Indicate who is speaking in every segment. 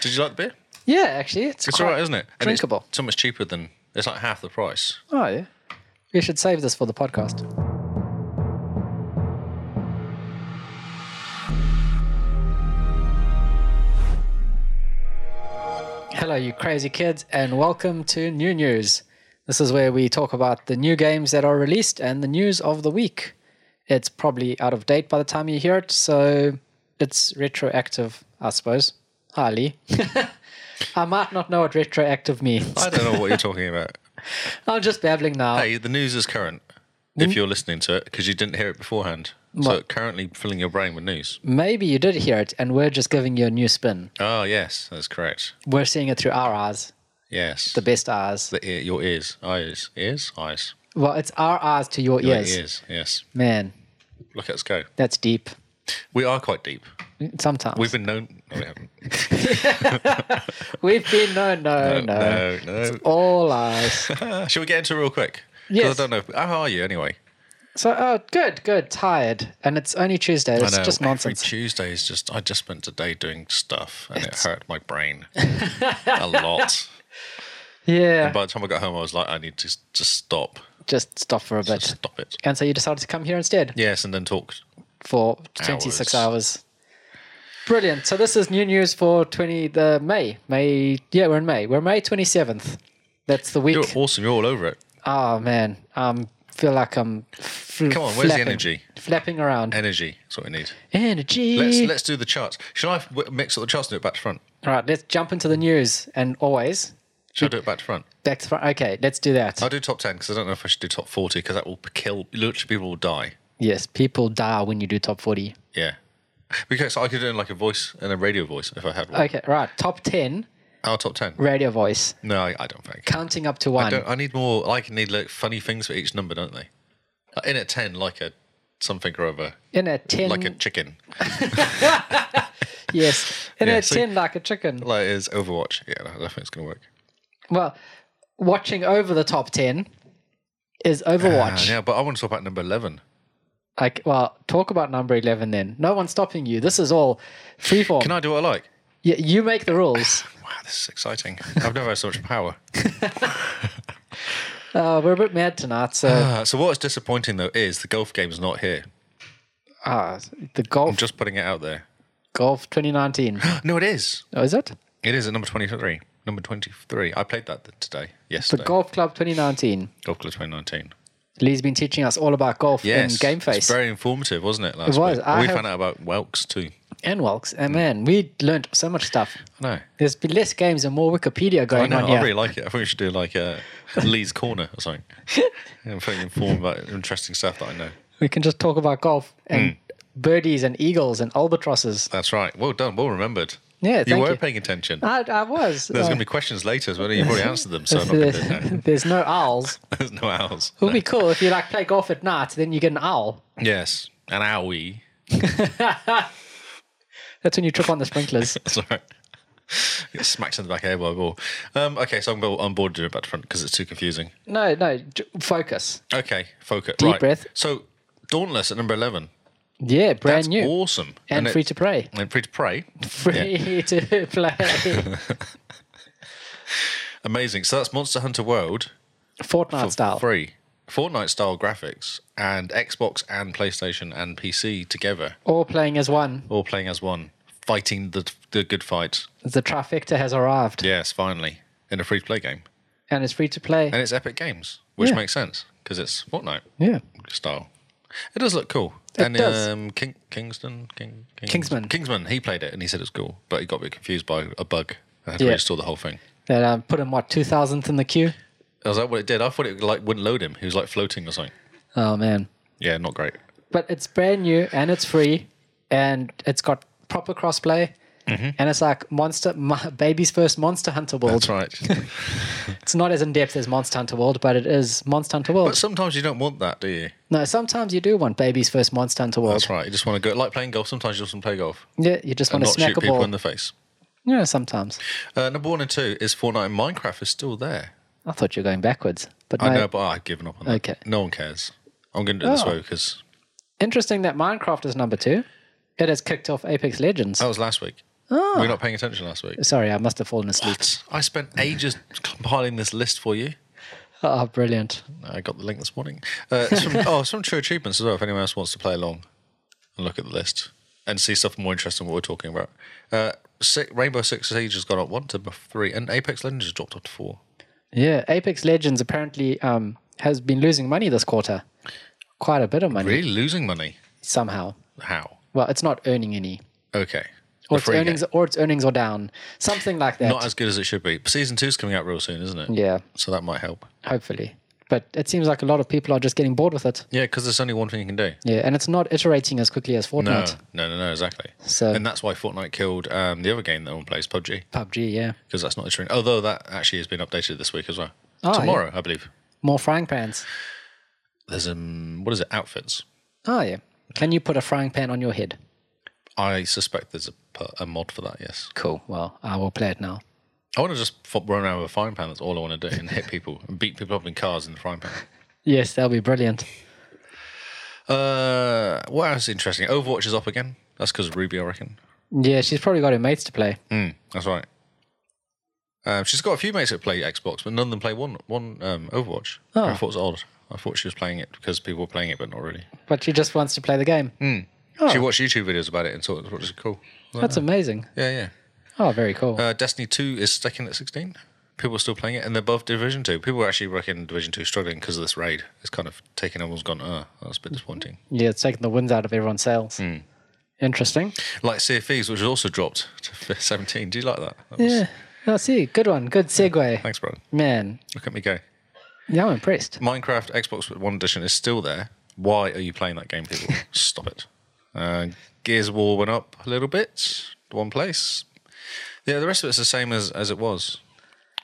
Speaker 1: Did you like the beer?
Speaker 2: Yeah, actually, it's,
Speaker 1: It's
Speaker 2: quite
Speaker 1: all right, isn't it? And it's
Speaker 2: drinkable.
Speaker 1: so much cheaper than it's like half the price.
Speaker 2: Oh yeah, we should save this for the podcast. Hello, you crazy kids, and welcome to New News. This is where we talk about the new games that are released and the news of the week. It's probably out of date by the time you hear it, so it's retroactive, I suppose. Hi, Lee. I might not know what retroactive means.
Speaker 1: I don't know what you're talking about.
Speaker 2: I'm just babbling now.
Speaker 1: Hey, the news is current. If you're listening to it, because you didn't hear it beforehand, so currently filling your brain with news.
Speaker 2: Maybe you did hear it, and we're just giving you a new spin.
Speaker 1: Oh yes, that's correct.
Speaker 2: We're seeing it through our eyes,
Speaker 1: Yes,
Speaker 2: the best eyes.
Speaker 1: The ear, your ears, eyes, ears, eyes.
Speaker 2: Well, it's our eyes to your
Speaker 1: Your
Speaker 2: ears.
Speaker 1: ears. Yes.
Speaker 2: Man,
Speaker 1: Look, let's go.
Speaker 2: that's deep.
Speaker 1: We are quite deep.
Speaker 2: Sometimes
Speaker 1: We've been known. No, we haven't.
Speaker 2: We've been no, no, no.
Speaker 1: No, no.
Speaker 2: All eyes.
Speaker 1: Shall we get into it real quick? 'Cause
Speaker 2: Yes.
Speaker 1: I don't know. How are you anyway?
Speaker 2: So, oh, good, good. Tired, and it's only Tuesday. It's
Speaker 1: I know.
Speaker 2: just nonsense.
Speaker 1: Every Tuesday is just. I just spent a day doing stuff, and it hurt my brain a lot.
Speaker 2: yeah,
Speaker 1: By the time I got home, I was like, I need to s- just stop,
Speaker 2: just stop for a bit.
Speaker 1: just stop it.
Speaker 2: And so you decided to come here instead
Speaker 1: Yes, and then talk.
Speaker 2: for 26
Speaker 1: Hours.
Speaker 2: hours. Brilliant. So this is new news for 20 the May. May yeah, we're in May. We're May 27th. That's the week.
Speaker 1: You're awesome. You're all over it.
Speaker 2: Oh man, um, feel like I'm. Fl-
Speaker 1: Come on, where's the
Speaker 2: flapping-
Speaker 1: energy?
Speaker 2: Flapping around.
Speaker 1: Energy. That's what we need.
Speaker 2: energy.
Speaker 1: Let's let's do the charts. Shall I w- mix up the charts and do it back to front?
Speaker 2: All right, let's jump into the news and always
Speaker 1: Shall I do it back to front?
Speaker 2: back to front. Okay, let's do that.
Speaker 1: I'll do top ten because I don't know if I should do top forty because that will kill. Literally, people will die.
Speaker 2: yes, people die when you do top forty.
Speaker 1: Yeah. Because I could do like a voice and a radio voice if I had one.
Speaker 2: Okay, right, top ten
Speaker 1: Our top ten.
Speaker 2: radio voice
Speaker 1: No, I, I don't think.
Speaker 2: counting up to one.
Speaker 1: Don't, I need more. I can need like funny things for each number, don't they? Like, in at ten, like a something or other,
Speaker 2: In a ten,
Speaker 1: like a chicken.
Speaker 2: yes, in
Speaker 1: Yeah,
Speaker 2: a
Speaker 1: so-
Speaker 2: ten like a chicken.
Speaker 1: Like is Overwatch. Yeah, no, I don't think it's gonna work.
Speaker 2: Well, watching over the top ten is Overwatch.
Speaker 1: Ah, Uh, Yeah, but I want to talk about number eleven.
Speaker 2: Like, well, talk about number eleven then. No one's stopping you. This is all freeform.
Speaker 1: Can I do what I like?
Speaker 2: Yeah, you make the rules.
Speaker 1: Wow, this is exciting. I've never had so much power.
Speaker 2: Uh, we're a bit mad tonight, so
Speaker 1: Uh, so what's disappointing though is the golf game's not here.
Speaker 2: uh, the golf
Speaker 1: I'm just putting it out there.
Speaker 2: golf 2019.
Speaker 1: No, it is.
Speaker 2: Oh, is it
Speaker 1: It is at number twenty-three. Number twenty-three. I played that th- today.
Speaker 2: the
Speaker 1: Yesterday.
Speaker 2: Golf Club 2019?
Speaker 1: golf Club 2019.
Speaker 2: Lee's been teaching us all about golf
Speaker 1: Yes.
Speaker 2: in Game
Speaker 1: It's
Speaker 2: Face
Speaker 1: very informative, wasn't it? Last
Speaker 2: It was.
Speaker 1: Week?
Speaker 2: I
Speaker 1: we
Speaker 2: have-
Speaker 1: found out about Welks too.
Speaker 2: and Walks. And man, we learned so much stuff.
Speaker 1: I know.
Speaker 2: There's been less games and more Wikipedia
Speaker 1: I
Speaker 2: going
Speaker 1: know.
Speaker 2: on here.
Speaker 1: I really like it. I think we should do like a Lee's Corner or something. I'm feeling informed about interesting stuff that I know.
Speaker 2: We can just talk about golf and
Speaker 1: Hmm.
Speaker 2: birdies and eagles and albatrosses.
Speaker 1: That's right. Well done. Well remembered.
Speaker 2: Yeah,
Speaker 1: you
Speaker 2: thank
Speaker 1: were
Speaker 2: you. Oh,
Speaker 1: paying attention.
Speaker 2: I, I was.
Speaker 1: There's
Speaker 2: uh,
Speaker 1: going to be questions later, so you've already answered them, so I'm not going to do it now.
Speaker 2: there's no owls.
Speaker 1: There's no owls.
Speaker 2: It would be cool if you like play golf at night, then you get an owl.
Speaker 1: Yes, an owie.
Speaker 2: That's when you trip on the sprinklers.
Speaker 1: Sorry. Get smacked in the back of the head by a ball. Um, okay, so I'm go- on board doing it back to front because it's too confusing.
Speaker 2: No, no, j- focus.
Speaker 1: Okay, focus.
Speaker 2: Deep
Speaker 1: right.
Speaker 2: breath.
Speaker 1: So, Dauntless at number 11.
Speaker 2: Yeah, brand
Speaker 1: That's
Speaker 2: new.
Speaker 1: awesome.
Speaker 2: and
Speaker 1: it-
Speaker 2: free to play.
Speaker 1: and free to play.
Speaker 2: Free to play.
Speaker 1: Amazing. So that's Monster Hunter World
Speaker 2: Fortnite style.
Speaker 1: free. Fortnite style graphics and Xbox and PlayStation and PC together,
Speaker 2: All playing as one.
Speaker 1: all playing as one, fighting the the good fight.
Speaker 2: The trifecta has arrived
Speaker 1: Yes, finally in a free to play game,
Speaker 2: and it's free to play.
Speaker 1: and it's Epic Games, which
Speaker 2: Yeah.
Speaker 1: makes sense because it's Fortnite
Speaker 2: Yeah.
Speaker 1: style. It does look cool.
Speaker 2: It
Speaker 1: and
Speaker 2: does.
Speaker 1: um King, Kingston King, King,
Speaker 2: Kingsman.
Speaker 1: Kingsman, he played it and he said it's cool, but he got a bit confused by a bug and had to
Speaker 2: Yeah.
Speaker 1: restore the whole thing.
Speaker 2: That um, put him, what, 2000th in the queue?
Speaker 1: I was like, what it did? I thought it like wouldn't load him. He was like floating or something.
Speaker 2: Oh, man.
Speaker 1: Yeah, not great.
Speaker 2: But it's brand new and it's free and it's got proper crossplay. And it's like Monster, my, baby's first Monster Hunter World.
Speaker 1: Mm-hmm. That's right.
Speaker 2: It's not as in depth as Monster Hunter World, but it is Monster Hunter World.
Speaker 1: But sometimes you don't want that, do you?
Speaker 2: no, sometimes you do want baby's first Monster Hunter World.
Speaker 1: That's right. You just want to go like playing golf. Sometimes you just want to play golf
Speaker 2: Yeah, you just
Speaker 1: and
Speaker 2: want to
Speaker 1: not
Speaker 2: smack
Speaker 1: shoot
Speaker 2: a
Speaker 1: people
Speaker 2: ball.
Speaker 1: in the face.
Speaker 2: yeah, sometimes.
Speaker 1: Uh, number one and two is Fortnite and Minecraft is still there.
Speaker 2: I thought you were going backwards, but
Speaker 1: I
Speaker 2: no.
Speaker 1: know, but I've given up on that.
Speaker 2: Okay.
Speaker 1: No one cares. I'm going to do it this
Speaker 2: Oh.
Speaker 1: way because
Speaker 2: Interesting that Minecraft is number two. It has kicked off Apex Legends.
Speaker 1: Oh. that was last week.
Speaker 2: Oh.
Speaker 1: We were not paying attention last week.
Speaker 2: Sorry, I must have fallen asleep.
Speaker 1: What? I spent ages compiling this list for you. Ah,
Speaker 2: Oh, brilliant.
Speaker 1: I got the link this morning. Uh, it's from, oh, it's from True Achievements as well. If anyone else wants to play along and look at the list and see stuff more interesting than what we're talking about, uh, Si Rainbow Six Siege has gone up one to three, and Apex Legends has dropped up to four.
Speaker 2: Yeah, Apex Legends apparently um, has been losing money this quarter. Quite a bit of money
Speaker 1: Really losing money?
Speaker 2: somehow.
Speaker 1: How?
Speaker 2: Well, it's not earning any.
Speaker 1: Okay. A
Speaker 2: Or its,
Speaker 1: free game.
Speaker 2: earnings, or its earnings are down. Something like that.
Speaker 1: Not as good as it should be. But season two's coming out real soon, isn't it?
Speaker 2: yeah,
Speaker 1: So that might help.
Speaker 2: hopefully. But it seems like a lot of people are just getting bored with it.
Speaker 1: Yeah, because there's only one thing you can do.
Speaker 2: Yeah, and it's not iterating as quickly as
Speaker 1: No,
Speaker 2: Fortnite.
Speaker 1: no, no, no, exactly.
Speaker 2: So-
Speaker 1: and that's why Fortnite killed um, the other game that everyone plays, PUBG,
Speaker 2: PUBG, yeah.
Speaker 1: because that's not a trend. Although that actually has been updated this week as well.
Speaker 2: Oh, yeah.
Speaker 1: Tomorrow, I believe.
Speaker 2: More frying pans.
Speaker 1: There's um, what is it? Outfits.
Speaker 2: Oh, yeah. Can you put a frying pan on your head?
Speaker 1: I suspect there's a, pu- a mod for that. Yes.
Speaker 2: Cool. Well, I will play it now.
Speaker 1: I want to just fop, run around with a frying pan. That's all I want to do, and hit people and beat people up in cars in the frying pan.
Speaker 2: Yes, that'll be brilliant.
Speaker 1: Uh, what else is interesting? Overwatch is up again. That's because Ruby, I reckon.
Speaker 2: Yeah, she's probably got her mates to play.
Speaker 1: Mm, that's right. Um, she's got a few mates that play Xbox, but none of them play one one um, Overwatch.
Speaker 2: Oh.
Speaker 1: I thought it was odd. I thought she was playing it because people were playing it, but not really.
Speaker 2: But she just wants to play the game.
Speaker 1: Mm.
Speaker 2: Oh.
Speaker 1: She watched YouTube videos about it and thought it was cool.
Speaker 2: That's amazing.
Speaker 1: Yeah, yeah.
Speaker 2: Oh, very cool.
Speaker 1: Uh, Destiny 2 is second at 16. People are still playing it, and they're above Division 2. People are actually reckon Division 2 is struggling because of this raid. It's kind of taken everyone's gone, uh, that's a bit disappointing.
Speaker 2: yeah, it's taking the winds out of everyone's sails.
Speaker 1: mm.
Speaker 2: Interesting.
Speaker 1: Like Sea of Thieves, which was also dropped to 17. Do you like that? that was,
Speaker 2: Yeah. Oh, I see. Good one. Good segue.
Speaker 1: Thanks, Brian.
Speaker 2: Man,
Speaker 1: Look at me go.
Speaker 2: yeah, I'm impressed.
Speaker 1: Minecraft Xbox One Edition is still there. Why are you playing that game, people? Stop it. Uh, Gears of War went up a little bit, one place. Yeah, the rest of it's the same as, as it was,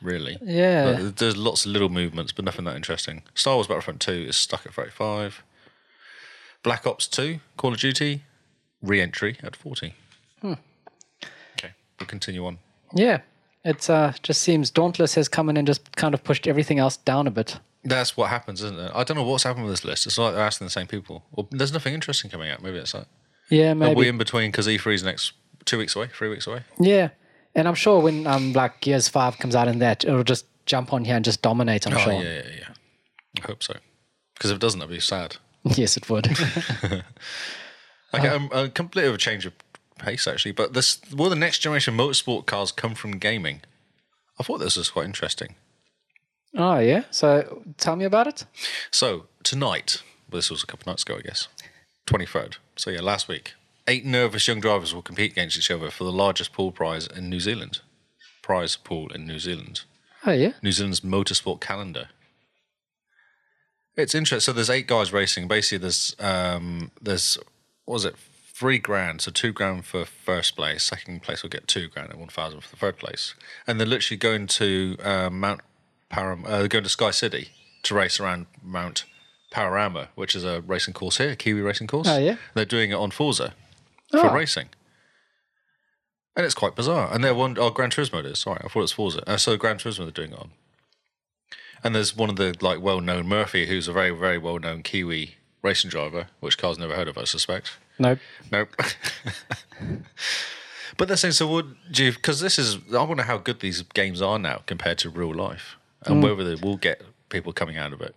Speaker 1: really.
Speaker 2: Yeah.
Speaker 1: But there's lots of little movements, but nothing that interesting. Star Wars Battlefront 2 is stuck at 35. Black Ops 2, Call of Duty, re entry at 40. Okay, we'll continue on.
Speaker 2: Yeah. It's uh just seems Dauntless has come in and just kind of pushed everything else down a bit.
Speaker 1: That's what happens, isn't it? I don't know what's happened with this list. It's like they're asking the same people. Well, there's nothing interesting coming out. Maybe it's like.
Speaker 2: Yeah, maybe.
Speaker 1: Are Oh, we in between because E3 is next two weeks away, three weeks away?
Speaker 2: Yeah. And I'm sure when um like Gears 5 comes out in that, it'll just jump on here and just dominate, I'm sure.
Speaker 1: Oh, yeah, yeah, yeah. I hope so. Because if it doesn't, that'd be sad.
Speaker 2: Yes, it would.
Speaker 1: Okay,
Speaker 2: Oh.
Speaker 1: um, a complete of a change of pace actually. But this, will the next generation motorsport cars come from gaming? I thought this was quite interesting.
Speaker 2: oh, yeah. So tell me about it.
Speaker 1: So tonight, well, this was a couple nights ago, I guess, twenty third. So yeah, last week, eight nervous young drivers will compete against each other for the largest pool prize in New Zealand. Prize pool in New Zealand.
Speaker 2: Oh, yeah.
Speaker 1: New Zealand's motorsport calendar. It's interesting. So there's eight guys racing. Basically, there's um, there's what was it three grand? So two grand for first place. Second place will get two grand and one thousand for the third place. And they're literally going to uh, Mount Param. Uh, they're going to Sky City to race around Mount Panorama, which is a racing course here, a Kiwi racing course.
Speaker 2: Oh, yeah.
Speaker 1: They're doing it on Forza for
Speaker 2: Oh.
Speaker 1: racing. And it's quite bizarre. And they're one oh Gran Turismo it is. Sorry, I thought it was Forza. Uh, so Gran Turismo they're doing it on. And there's one of the like well known Murphy, who's a very, very well known Kiwi racing driver, which Carl's never heard of, I suspect.
Speaker 2: Nope.
Speaker 1: Nope. but they're saying, so what do you, because this is, I wonder how good these games are now compared to real life and whether they will get people coming out of it.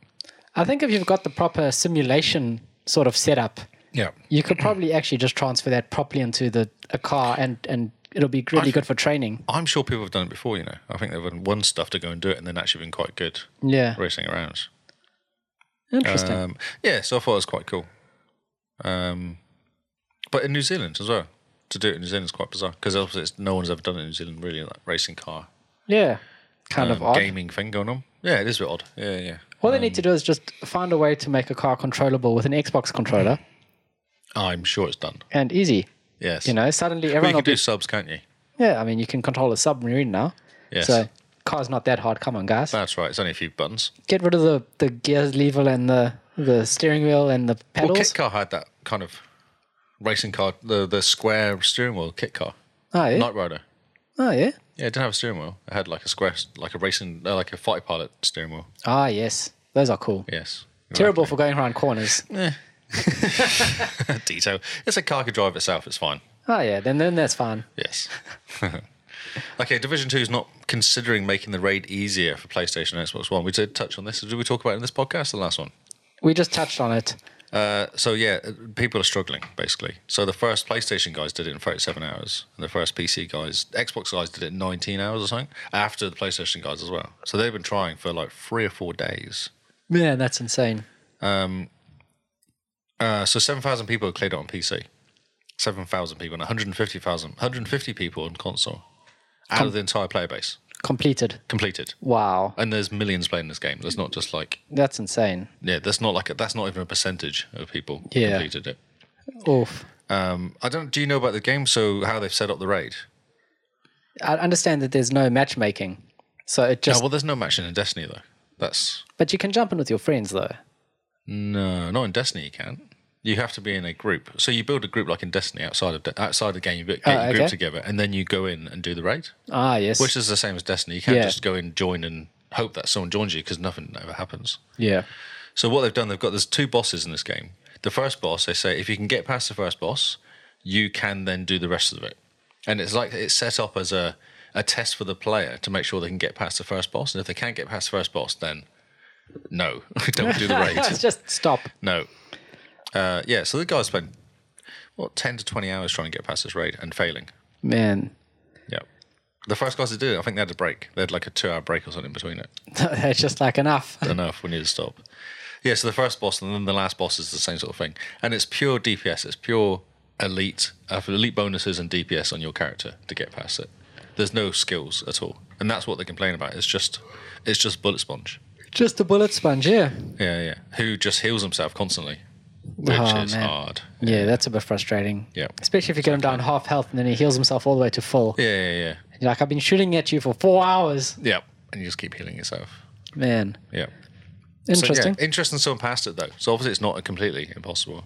Speaker 2: I think if you've got the proper simulation sort of setup,
Speaker 1: Yeah.
Speaker 2: you could probably actually just transfer that properly into the a car and and it'll be really good for training.
Speaker 1: I'm sure people have done it before, you know. I think they've won stuff to go and do it and then actually been quite good
Speaker 2: Yeah.
Speaker 1: racing around.
Speaker 2: Interesting.
Speaker 1: Um, yeah, so I thought it was quite cool. Um, but in New Zealand as well, to do it in New Zealand is quite bizarre because obviously it's, no one's ever done it in New Zealand really, that racing car
Speaker 2: yeah. Kind of
Speaker 1: um,
Speaker 2: odd.
Speaker 1: gaming thing going on. Yeah, it is a bit odd. Yeah, yeah.
Speaker 2: All they need to do is just find a way to make a car controllable with an Xbox controller
Speaker 1: I'm sure it's done.
Speaker 2: and easy.
Speaker 1: Yes.
Speaker 2: You know, suddenly
Speaker 1: but you
Speaker 2: everyone will
Speaker 1: can do
Speaker 2: be,
Speaker 1: subs, can't you?
Speaker 2: Yeah, I mean, you can control a submarine now.
Speaker 1: Yes.
Speaker 2: So, car's not that hard. Come on, guys.
Speaker 1: That's right. It's only a few buttons.
Speaker 2: Get rid of the, the gears lever and the, the steering wheel and the
Speaker 1: Well,
Speaker 2: pedals.
Speaker 1: Kit Car had that kind of racing car, the the square steering wheel. Kit Car,
Speaker 2: oh, yeah.
Speaker 1: Knight Rider.
Speaker 2: oh, yeah.
Speaker 1: Yeah, it didn't have a steering wheel. It had like a square, like a racing, uh, like a fighter pilot steering wheel.
Speaker 2: Ah, yes. Those are cool.
Speaker 1: Yes.
Speaker 2: Terrible for going around corners.
Speaker 1: detail. It's a car could drive itself. It's fine.
Speaker 2: Oh yeah, then then that's fine.
Speaker 1: Yes. okay, Division 2 is not considering making the raid easier for PlayStation and Xbox One. We did touch on this. Did we talk about it in this podcast, the last one?
Speaker 2: We just touched on it.
Speaker 1: Uh, so, yeah, people are struggling, basically. So, the first PlayStation guys did it in 37 hours, and the first PC guys, Xbox guys did it in 19 hours or something, after the PlayStation guys as well. So, they've been trying for like three or four days.
Speaker 2: Man, that's insane.
Speaker 1: Uh, so, 7,000 people have played it on PC. 7,000 people and 150,000, 150 people on console out of the entire player base
Speaker 2: Completed.
Speaker 1: completed.
Speaker 2: Wow,
Speaker 1: And there's millions playing this game. There's not just like
Speaker 2: that's insane.
Speaker 1: yeah, that's not like a, that's not even a percentage of people
Speaker 2: Yeah.
Speaker 1: completed it.
Speaker 2: Oof.
Speaker 1: Um, I don't. Do you know about the game? So how they've set up the raid?
Speaker 2: I understand that there's no matchmaking, so it
Speaker 1: Oh
Speaker 2: just.
Speaker 1: well, there's no matching in Destiny though. That's
Speaker 2: but you can jump in with your friends though.
Speaker 1: no, not in Destiny. You can't. You have to be in a group. So you build a group like in Destiny outside of de- outside the game. You get your
Speaker 2: Oh,
Speaker 1: group
Speaker 2: okay.
Speaker 1: together, and then you go in and do the raid,
Speaker 2: Ah yes.
Speaker 1: which is the same as Destiny. You can't
Speaker 2: Yeah.
Speaker 1: just go in, join, and hope that someone joins you because nothing ever happens.
Speaker 2: yeah.
Speaker 1: So what they've done, they've got there's two bosses in this game. The first boss, they say, if you can get past the first boss, you can then do the rest of it. And it's like it's set up as a a test for the player to make sure they can get past the first boss. And if they can't get past the first boss, then no, don't do the raid.
Speaker 2: It's just stop.
Speaker 1: No. Uh, yeah. So the guy spent what ten to twenty hours trying to get past this raid and failing.
Speaker 2: Man,
Speaker 1: Yeah. The first guys that did it, I think they had a break. They had like a two-hour break or something between it
Speaker 2: that's just like enough.
Speaker 1: enough. uh, We need to stop. Yeah, so the first boss and then the last boss is the same sort of thing, and it's pure DPS. It's pure elite, uh, elite bonuses and DPS on your character to get past it. There's no skills at all, and that's what they complain about. It's just, it's just bullet sponge.
Speaker 2: Just a bullet sponge, yeah.
Speaker 1: Yeah, yeah. Who just heals himself constantly, which
Speaker 2: Oh,
Speaker 1: is
Speaker 2: man.
Speaker 1: hard.
Speaker 2: Yeah, that's a bit frustrating.
Speaker 1: Yeah.
Speaker 2: Especially if you get him down half health and then he heals himself all the way to full.
Speaker 1: Yeah, yeah, yeah.
Speaker 2: You're like, I've been shooting at you for four hours.
Speaker 1: Yeah, and you just keep healing yourself.
Speaker 2: Man,
Speaker 1: Yeah. So, yeah,
Speaker 2: interesting.
Speaker 1: interesting. Someone passed it though, so obviously it's not completely impossible.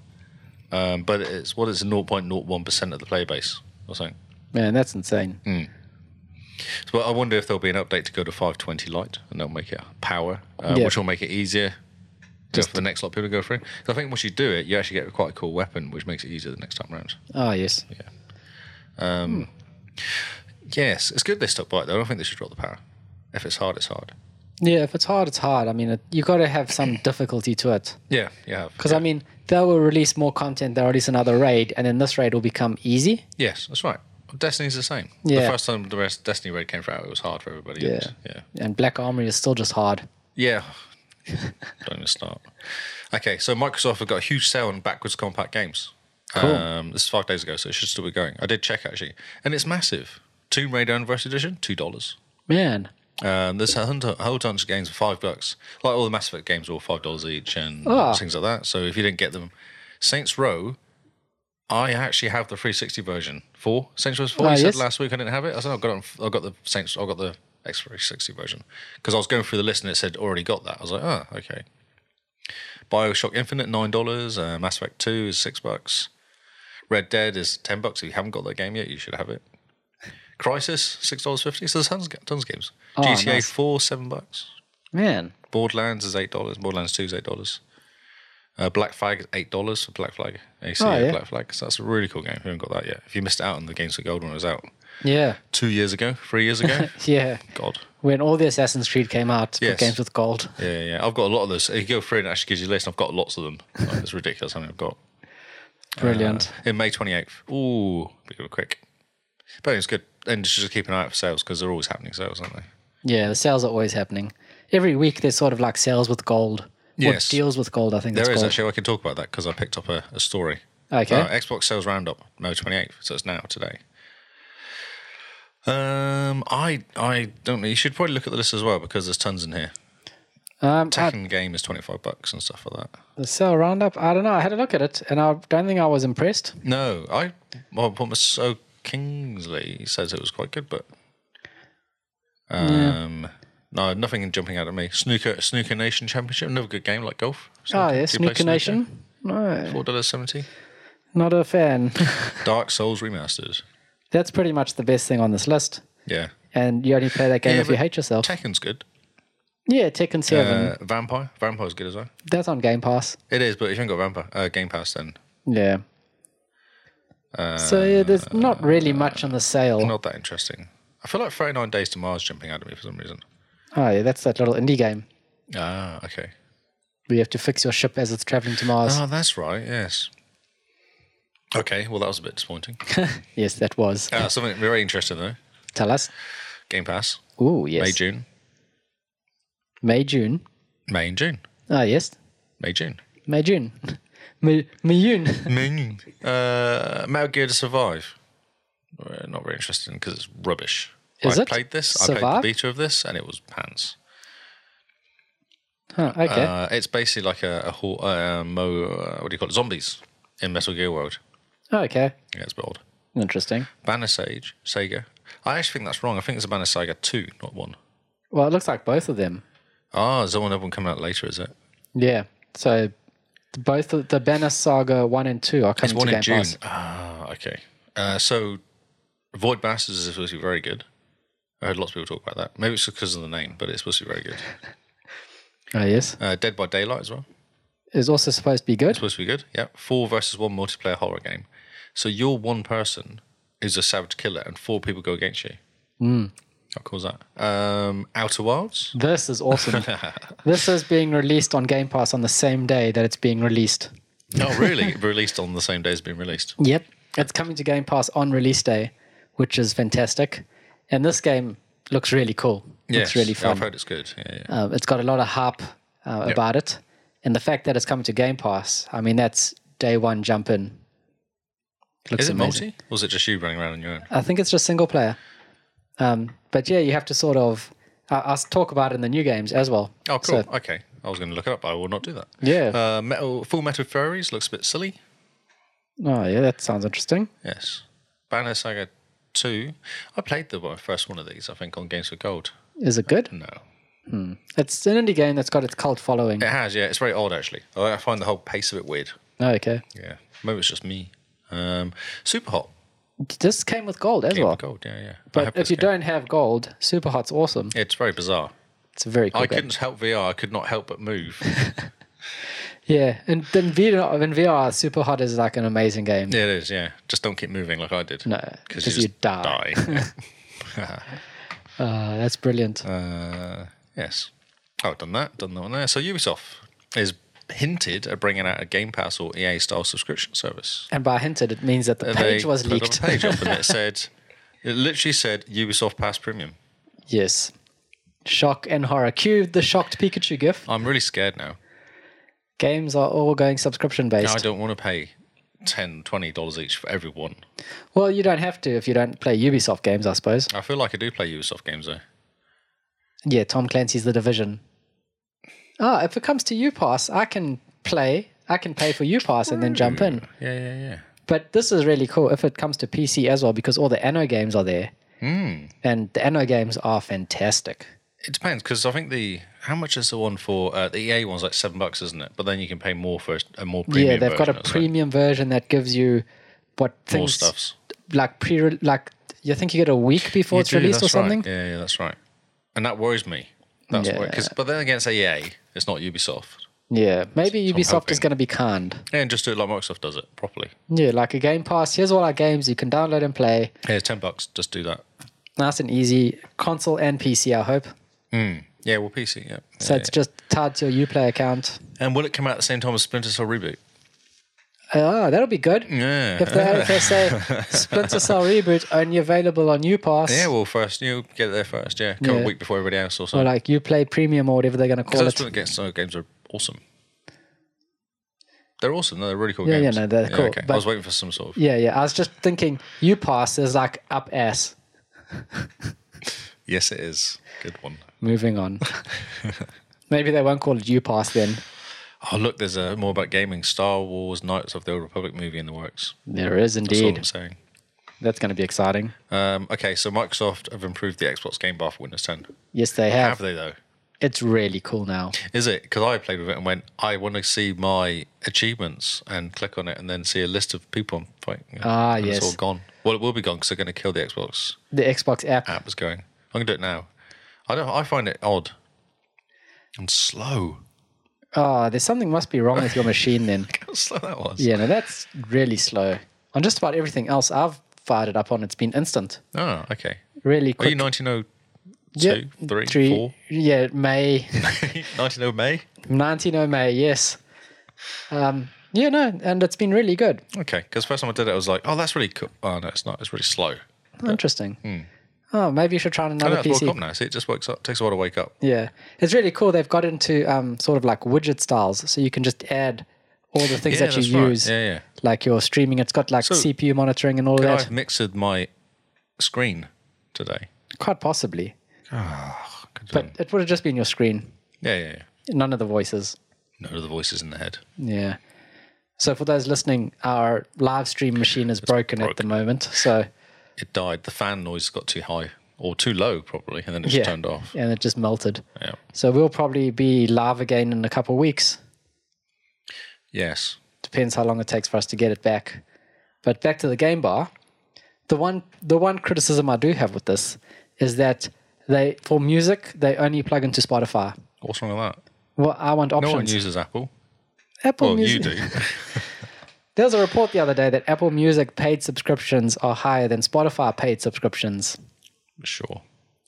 Speaker 1: Um, but it's what is 0.01 percent of the player base or something.
Speaker 2: Man, that's insane.
Speaker 1: Mm. Well, I wonder if there'll be an update to go to 520 light, and they'll make it power, uh,
Speaker 2: Yeah.
Speaker 1: which will make it easier just for the next lot of people to go through. 'Cause I think once you do it, you actually get quite a cool weapon, which makes it easier the next time round.
Speaker 2: Oh, yes.
Speaker 1: Yes, it's good they stuck by it though. I don't think they should drop the power. If it's hard, it's hard.
Speaker 2: Yeah, if it's hard, it's hard. I mean, it, you got to have some difficulty to it.
Speaker 1: Yeah, yeah.
Speaker 2: Because, I mean, they will release more content, they'll release another raid, and then this raid will become easy.
Speaker 1: Yes, that's right. Destiny's the same. The
Speaker 2: Yeah.
Speaker 1: first time the rest Destiny raid came out, it was hard for everybody.
Speaker 2: Yeah.
Speaker 1: Else. Yeah.
Speaker 2: And Black Armory is still just hard.
Speaker 1: Yeah. Don't even start. Okay, so Microsoft have got a huge sale on backwards compact games.
Speaker 2: Cool.
Speaker 1: Um, this is five days ago, so it should still be going. I did check actually, and it's massive. Tomb Raider Anniversary Edition, two dollars.
Speaker 2: Man.
Speaker 1: Um, there's a hundred- a whole bunch of games for five bucks. Like all the Mass Effect games, are all five dollars each, and
Speaker 2: Ah.
Speaker 1: things like that. So if you didn't get them, Saints Row, I actually have the 360 version for Saints Row Four.
Speaker 2: Ah,
Speaker 1: you said
Speaker 2: yes.
Speaker 1: last week I didn't have it. I said I got it on, f- I got the Saints, I got the X360 version because I was going through the list and it said already got that. I was like, oh, okay. Bioshock Infinite nine dollars. Uh, Mass Effect Two is six bucks. Red Dead is ten bucks. If you haven't got that game yet, you should have it. Crisis six dollars fifty. So there's tons, of ga- tons of games.
Speaker 2: Oh,
Speaker 1: GTA
Speaker 2: nice.
Speaker 1: four seven bucks.
Speaker 2: Man.
Speaker 1: Borderlands is eight dollars. Borderlands Two is eight dollars. Uh, Black Flag is eight dollars for Black Flag. ACA
Speaker 2: Oh, yeah.
Speaker 1: Black Flag. So that's a really cool game. If you haven't got that yet, if you missed out on the games for gold when it was out
Speaker 2: Yeah.
Speaker 1: two years ago, three years ago,
Speaker 2: Yeah.
Speaker 1: God,
Speaker 2: When all the Assassin's Creed came out, for
Speaker 1: Yes.
Speaker 2: games with gold.
Speaker 1: yeah, yeah, yeah. I've got a lot of those. If you go through and it actually gives you a list, I've got lots of them. Like, it's ridiculous how many I've got. Uh-huh.
Speaker 2: Brilliant.
Speaker 1: In May 28th. Ooh, we go quick. But it's good. And just keep an eye out for sales because they're always happening sales, aren't they?
Speaker 2: Yeah, the sales are always happening. Every week there's sort of like sales with gold.
Speaker 1: Yes.
Speaker 2: Or deals with gold, I think
Speaker 1: There
Speaker 2: that's
Speaker 1: is
Speaker 2: called.
Speaker 1: actually, I can talk about that because I picked up a, a story.
Speaker 2: Okay.
Speaker 1: Uh, Xbox sales roundup, May 28th. So it's now, today. Um, I I don't know. You should probably look at the list as well because there's tons in here.
Speaker 2: um, I-
Speaker 1: Tekken game is 25 bucks and stuff like that.
Speaker 2: the sale roundup, I don't know. I had a look at it and I don't think I was impressed.
Speaker 1: No, I well, what was so Kingsley says it was quite good, but um, no, nothing jumping out at me. Snooker, Snooker Nation Championship, another good game like golf.
Speaker 2: Ah,
Speaker 1: Do
Speaker 2: yeah,
Speaker 1: you play
Speaker 2: Snooker Nation? No,
Speaker 1: Four dollars seventy.
Speaker 2: not a fan.
Speaker 1: Dark Souls remastered.
Speaker 2: that's pretty much the best thing on this list.
Speaker 1: Yeah,
Speaker 2: And you only play that game
Speaker 1: Yeah,
Speaker 2: if you
Speaker 1: but
Speaker 2: hate yourself.
Speaker 1: Tekken's good.
Speaker 2: yeah, Tekken 7.
Speaker 1: Uh, Vampire, Vampire's good as well.
Speaker 2: that's on Game Pass.
Speaker 1: It is, but if you haven't got Vampire uh, Game Pass, then
Speaker 2: Yeah.
Speaker 1: Uh,
Speaker 2: So yeah, there's not really much on the sale.
Speaker 1: not that interesting. I feel like 39 Days to Mars jumping out at me for some reason.
Speaker 2: Oh yeah, that's that little indie game
Speaker 1: Ah, okay.
Speaker 2: where you have to fix your ship as it's traveling to Mars.
Speaker 1: Oh, that's right. Yes. Okay. Well, that was a bit disappointing.
Speaker 2: Yes, that was.
Speaker 1: Uh, something very interesting though.
Speaker 2: Tell us.
Speaker 1: Game Pass.
Speaker 2: Ooh, yes.
Speaker 1: May, June.
Speaker 2: May, June.
Speaker 1: May and June.
Speaker 2: Ah, yes.
Speaker 1: May, June.
Speaker 2: May, June. May, May, June.
Speaker 1: Ming. Uh, Metal Gear to Survive. Uh, not very interesting because it's rubbish.
Speaker 2: Is
Speaker 1: I
Speaker 2: it?
Speaker 1: played this. I
Speaker 2: Survive?
Speaker 1: played the beta of this, and it was pants.
Speaker 2: Huh, okay.
Speaker 1: Uh, it's basically like a, a hor- uh, mo. Uh, what do you call it? Zombies in Metal Gear World. Uh.
Speaker 2: okay.
Speaker 1: Yeah, it's a bit old.
Speaker 2: Interesting.
Speaker 1: Banner Sage, Sega. I actually think that's wrong. I think it's a Banner Saga two, not one.
Speaker 2: Well, it looks like both of them.
Speaker 1: Ah, there's one other one coming out later, is it?
Speaker 2: Yeah. So both the, the Banner Saga 1 and 2 are
Speaker 1: It's
Speaker 2: coming
Speaker 1: one
Speaker 2: to
Speaker 1: in
Speaker 2: Game
Speaker 1: June.
Speaker 2: Pass.
Speaker 1: Ah, okay. Uh, so, Void Masters is supposed to be very good. I heard lots of people talk about that. Maybe it's because of the name, but it's supposed to be very good.
Speaker 2: Oh, yes.
Speaker 1: Uh, Dead by Daylight as well.
Speaker 2: Is also supposed to be good.
Speaker 1: Supposed to be good. Yeah. Four versus one multiplayer horror game. So you're one person is a savage killer, and four people go against you.
Speaker 2: Hmm.
Speaker 1: How cool is that? Um, Outer Wilds.
Speaker 2: This is awesome. this is being released on Game Pass on the same day that it's being released.
Speaker 1: Oh, really? released on the same day as being released.
Speaker 2: Yep. It's coming to Game Pass on release day, which is fantastic. And this game looks really cool. Looks really
Speaker 1: I've
Speaker 2: fun.
Speaker 1: heard it's good. Yeah, yeah.
Speaker 2: Um, it's got a lot of hype uh, about it. And the fact that it's coming to Game Pass, I mean, that's day one jump in. Looks
Speaker 1: Is it
Speaker 2: amazing.
Speaker 1: multi? Or is it just you running around on your own?
Speaker 2: I think it's just single player. Um, but yeah, you have to sort of. I I'll talk about it in the new games as well.
Speaker 1: Oh, cool.
Speaker 2: So-
Speaker 1: okay. I was going to look it up, but I will not do that.
Speaker 2: yeah.
Speaker 1: Uh, metal, Full Metal Furries looks a bit silly.
Speaker 2: oh, yeah, that sounds interesting.
Speaker 1: Yes. Banner Saga 2. I played the one- first one of these, I think, on Games for Gold.
Speaker 2: Is it good?
Speaker 1: No.
Speaker 2: It's an indie game that's got its cult following.
Speaker 1: It has, yeah. It's very odd, actually. I I find the whole pace of it weird.
Speaker 2: Oh, okay.
Speaker 1: Yeah. Maybe it's just me. Um, Super Hot.
Speaker 2: This came with gold as
Speaker 1: Game
Speaker 2: well.
Speaker 1: for Gold, yeah, yeah. I have
Speaker 2: But
Speaker 1: this
Speaker 2: if you
Speaker 1: game.
Speaker 2: don't have gold, Super Hot's awesome.
Speaker 1: It's very bizarre.
Speaker 2: It's a very cool
Speaker 1: I
Speaker 2: game.
Speaker 1: couldn't help VR. I could not help but move.
Speaker 2: Yeah, and then VR, in VR, Super Hot is like an amazing game.
Speaker 1: yeah, it is, yeah. Just don't keep moving like I did.
Speaker 2: No, because you
Speaker 1: just
Speaker 2: die.
Speaker 1: die.
Speaker 2: Uh, that's brilliant.
Speaker 1: Uh, yes. Oh, I've done that. Done that one there. So Ubisoft is hinted at bringing out a Game Pass or EA style subscription service.
Speaker 2: and by hinted, it means that the
Speaker 1: And
Speaker 2: page
Speaker 1: they
Speaker 2: was
Speaker 1: put up
Speaker 2: leaked.
Speaker 1: A page up and it said, it literally said Ubisoft Pass Premium.
Speaker 2: yes. Shock and horror. Cue the shocked Pikachu gif.
Speaker 1: I'm really scared now.
Speaker 2: Games are all going subscription
Speaker 1: I
Speaker 2: based.
Speaker 1: don't want to pay 10 $20 each for every one.
Speaker 2: Well, you don't have to if you don't play Ubisoft games, I suppose.
Speaker 1: I feel like I do play Ubisoft games though.
Speaker 2: Yeah, Tom Clancy's The Division. Ah, if it comes to UPass, I can play. I can pay for UPass and then jump in.
Speaker 1: Yeah, yeah, yeah.
Speaker 2: But this is really cool if it comes to PC as well because all the Anno games are there.
Speaker 1: Hmm.
Speaker 2: And the Anno games are fantastic.
Speaker 1: It depends because I think the how much is the one for uh, the EA one's like seven bucks, isn't it? But then you can pay more for a more premium.
Speaker 2: yeah, they've got a
Speaker 1: version, so
Speaker 2: premium version that gives you what things
Speaker 1: more stuffs.
Speaker 2: like pre like you think you get a week before
Speaker 1: You
Speaker 2: it's
Speaker 1: do,
Speaker 2: released
Speaker 1: E
Speaker 2: or
Speaker 1: that's right.
Speaker 2: something.
Speaker 1: Yeah, yeah, that's right. And that worries me. That's yeah. cause, but then again, it's EA. It's not Ubisoft.
Speaker 2: Yeah, maybe
Speaker 1: I'm
Speaker 2: Ubisoft
Speaker 1: hoping.
Speaker 2: is going to be kind.
Speaker 1: Yeah, and just do it like Microsoft does it properly.
Speaker 2: Yeah, like a Game Pass. Here's all our games you can download and play.
Speaker 1: Yeah, ten bucks. Just do that.
Speaker 2: Nice and easy, console and PC. I hope.
Speaker 1: Hmm. Yeah, well, PC. Yeah.
Speaker 2: So it's just tied to your UPlay account.
Speaker 1: And will it come out at the same time as Splinter Cell reboot?
Speaker 2: Oh, that'll be good.
Speaker 1: Yeah.
Speaker 2: If they, if they say Splinter Cell reboot only available on UPass
Speaker 1: yeah, well, first you get it there first. Yeah, come
Speaker 2: Yeah.
Speaker 1: a week before everybody else or
Speaker 2: or
Speaker 1: something.
Speaker 2: like UPlay Premium or whatever they're going to
Speaker 1: Because
Speaker 2: call
Speaker 1: that's
Speaker 2: it.
Speaker 1: when it gets. Some games are awesome. They're awesome. No, they're really cool
Speaker 2: Yeah, yeah,
Speaker 1: games.
Speaker 2: no, they're cool,
Speaker 1: I
Speaker 2: but-
Speaker 1: was waiting for some sort of.
Speaker 2: Yeah, yeah. I was just thinking UPass is like up ass.
Speaker 1: Yes, it is. Good one.
Speaker 2: Moving on. Maybe they won't call it UPass then.
Speaker 1: Oh, look, there's a more about gaming. Star Wars Knights of the Old Republic movie in the works.
Speaker 2: There is
Speaker 1: That's all
Speaker 2: indeed.
Speaker 1: I'm saying.
Speaker 2: That's going to be exciting.
Speaker 1: Um, okay, so Microsoft have improved the Xbox Game Bar for Windows 10.
Speaker 2: Yes, they
Speaker 1: Have
Speaker 2: have.
Speaker 1: they though?
Speaker 2: It's really cool now.
Speaker 1: Is it? Because I played with it and went, I want to see my achievements and click on it and then see a list of people I'm fighting.
Speaker 2: Ah,
Speaker 1: and
Speaker 2: yes.
Speaker 1: It's all gone. Well, it will be gone because they're going to kill the Xbox
Speaker 2: The Xbox app.
Speaker 1: app is going. I'm going to do it now. I don't. I find it odd and slow.
Speaker 2: Ah, Oh, there's something must be wrong with your machine then.
Speaker 1: How slow that was.
Speaker 2: Yeah, no, that's really slow. On just about everything else I've fired it up on, it's been instant,
Speaker 1: Oh, okay.
Speaker 2: really
Speaker 1: Were you
Speaker 2: quick.
Speaker 1: 1902,
Speaker 2: Yeah,
Speaker 1: 3,
Speaker 2: three-
Speaker 1: 4?
Speaker 2: Yeah, May
Speaker 1: 19 oh May?
Speaker 2: 19 oh May, yes. Um, yeah, no, and it's been really good.
Speaker 1: Okay, because first time I did it, I was like, oh, that's really cool. Oh, no, it's not. It's really slow.
Speaker 2: Interesting.
Speaker 1: Hmm.
Speaker 2: Oh, maybe you should try
Speaker 1: I
Speaker 2: another
Speaker 1: know it's woke
Speaker 2: PC.
Speaker 1: up now. See, it just wakes up. takes a while to wake up.
Speaker 2: Yeah, it's really cool. They've got into um, sort of like widget styles, so you can just add all the things
Speaker 1: Yeah,
Speaker 2: that you
Speaker 1: that's right.
Speaker 2: use,
Speaker 1: Yeah, yeah.
Speaker 2: like your streaming. It's got like
Speaker 1: So,
Speaker 2: CPU monitoring and all
Speaker 1: Could I
Speaker 2: that.
Speaker 1: have mixed my screen today?
Speaker 2: Quite possibly,
Speaker 1: Could
Speaker 2: but it would have just been your screen,
Speaker 1: Yeah, yeah, yeah.
Speaker 2: none of the voices.
Speaker 1: None of the voices in the head.
Speaker 2: Yeah. So for those listening, our live stream machine is broken, at the moment. So
Speaker 1: It died. The fan noise got too high or too low, probably, and then it just
Speaker 2: yeah,
Speaker 1: turned off.
Speaker 2: and it just melted.
Speaker 1: Yeah.
Speaker 2: So we'll probably be live again in a couple of weeks.
Speaker 1: Yes.
Speaker 2: depends how long it takes for us to get it back. But back to the game bar, the one the one criticism I do have with this is that they for music they only plug into Spotify.
Speaker 1: What's wrong with that?
Speaker 2: Well, I want
Speaker 1: No one
Speaker 2: options.
Speaker 1: uses Apple.
Speaker 2: Apple
Speaker 1: Well, you
Speaker 2: Music.
Speaker 1: do.
Speaker 2: There was a report the other day that Apple Music paid subscriptions are higher than Spotify paid subscriptions.
Speaker 1: sure.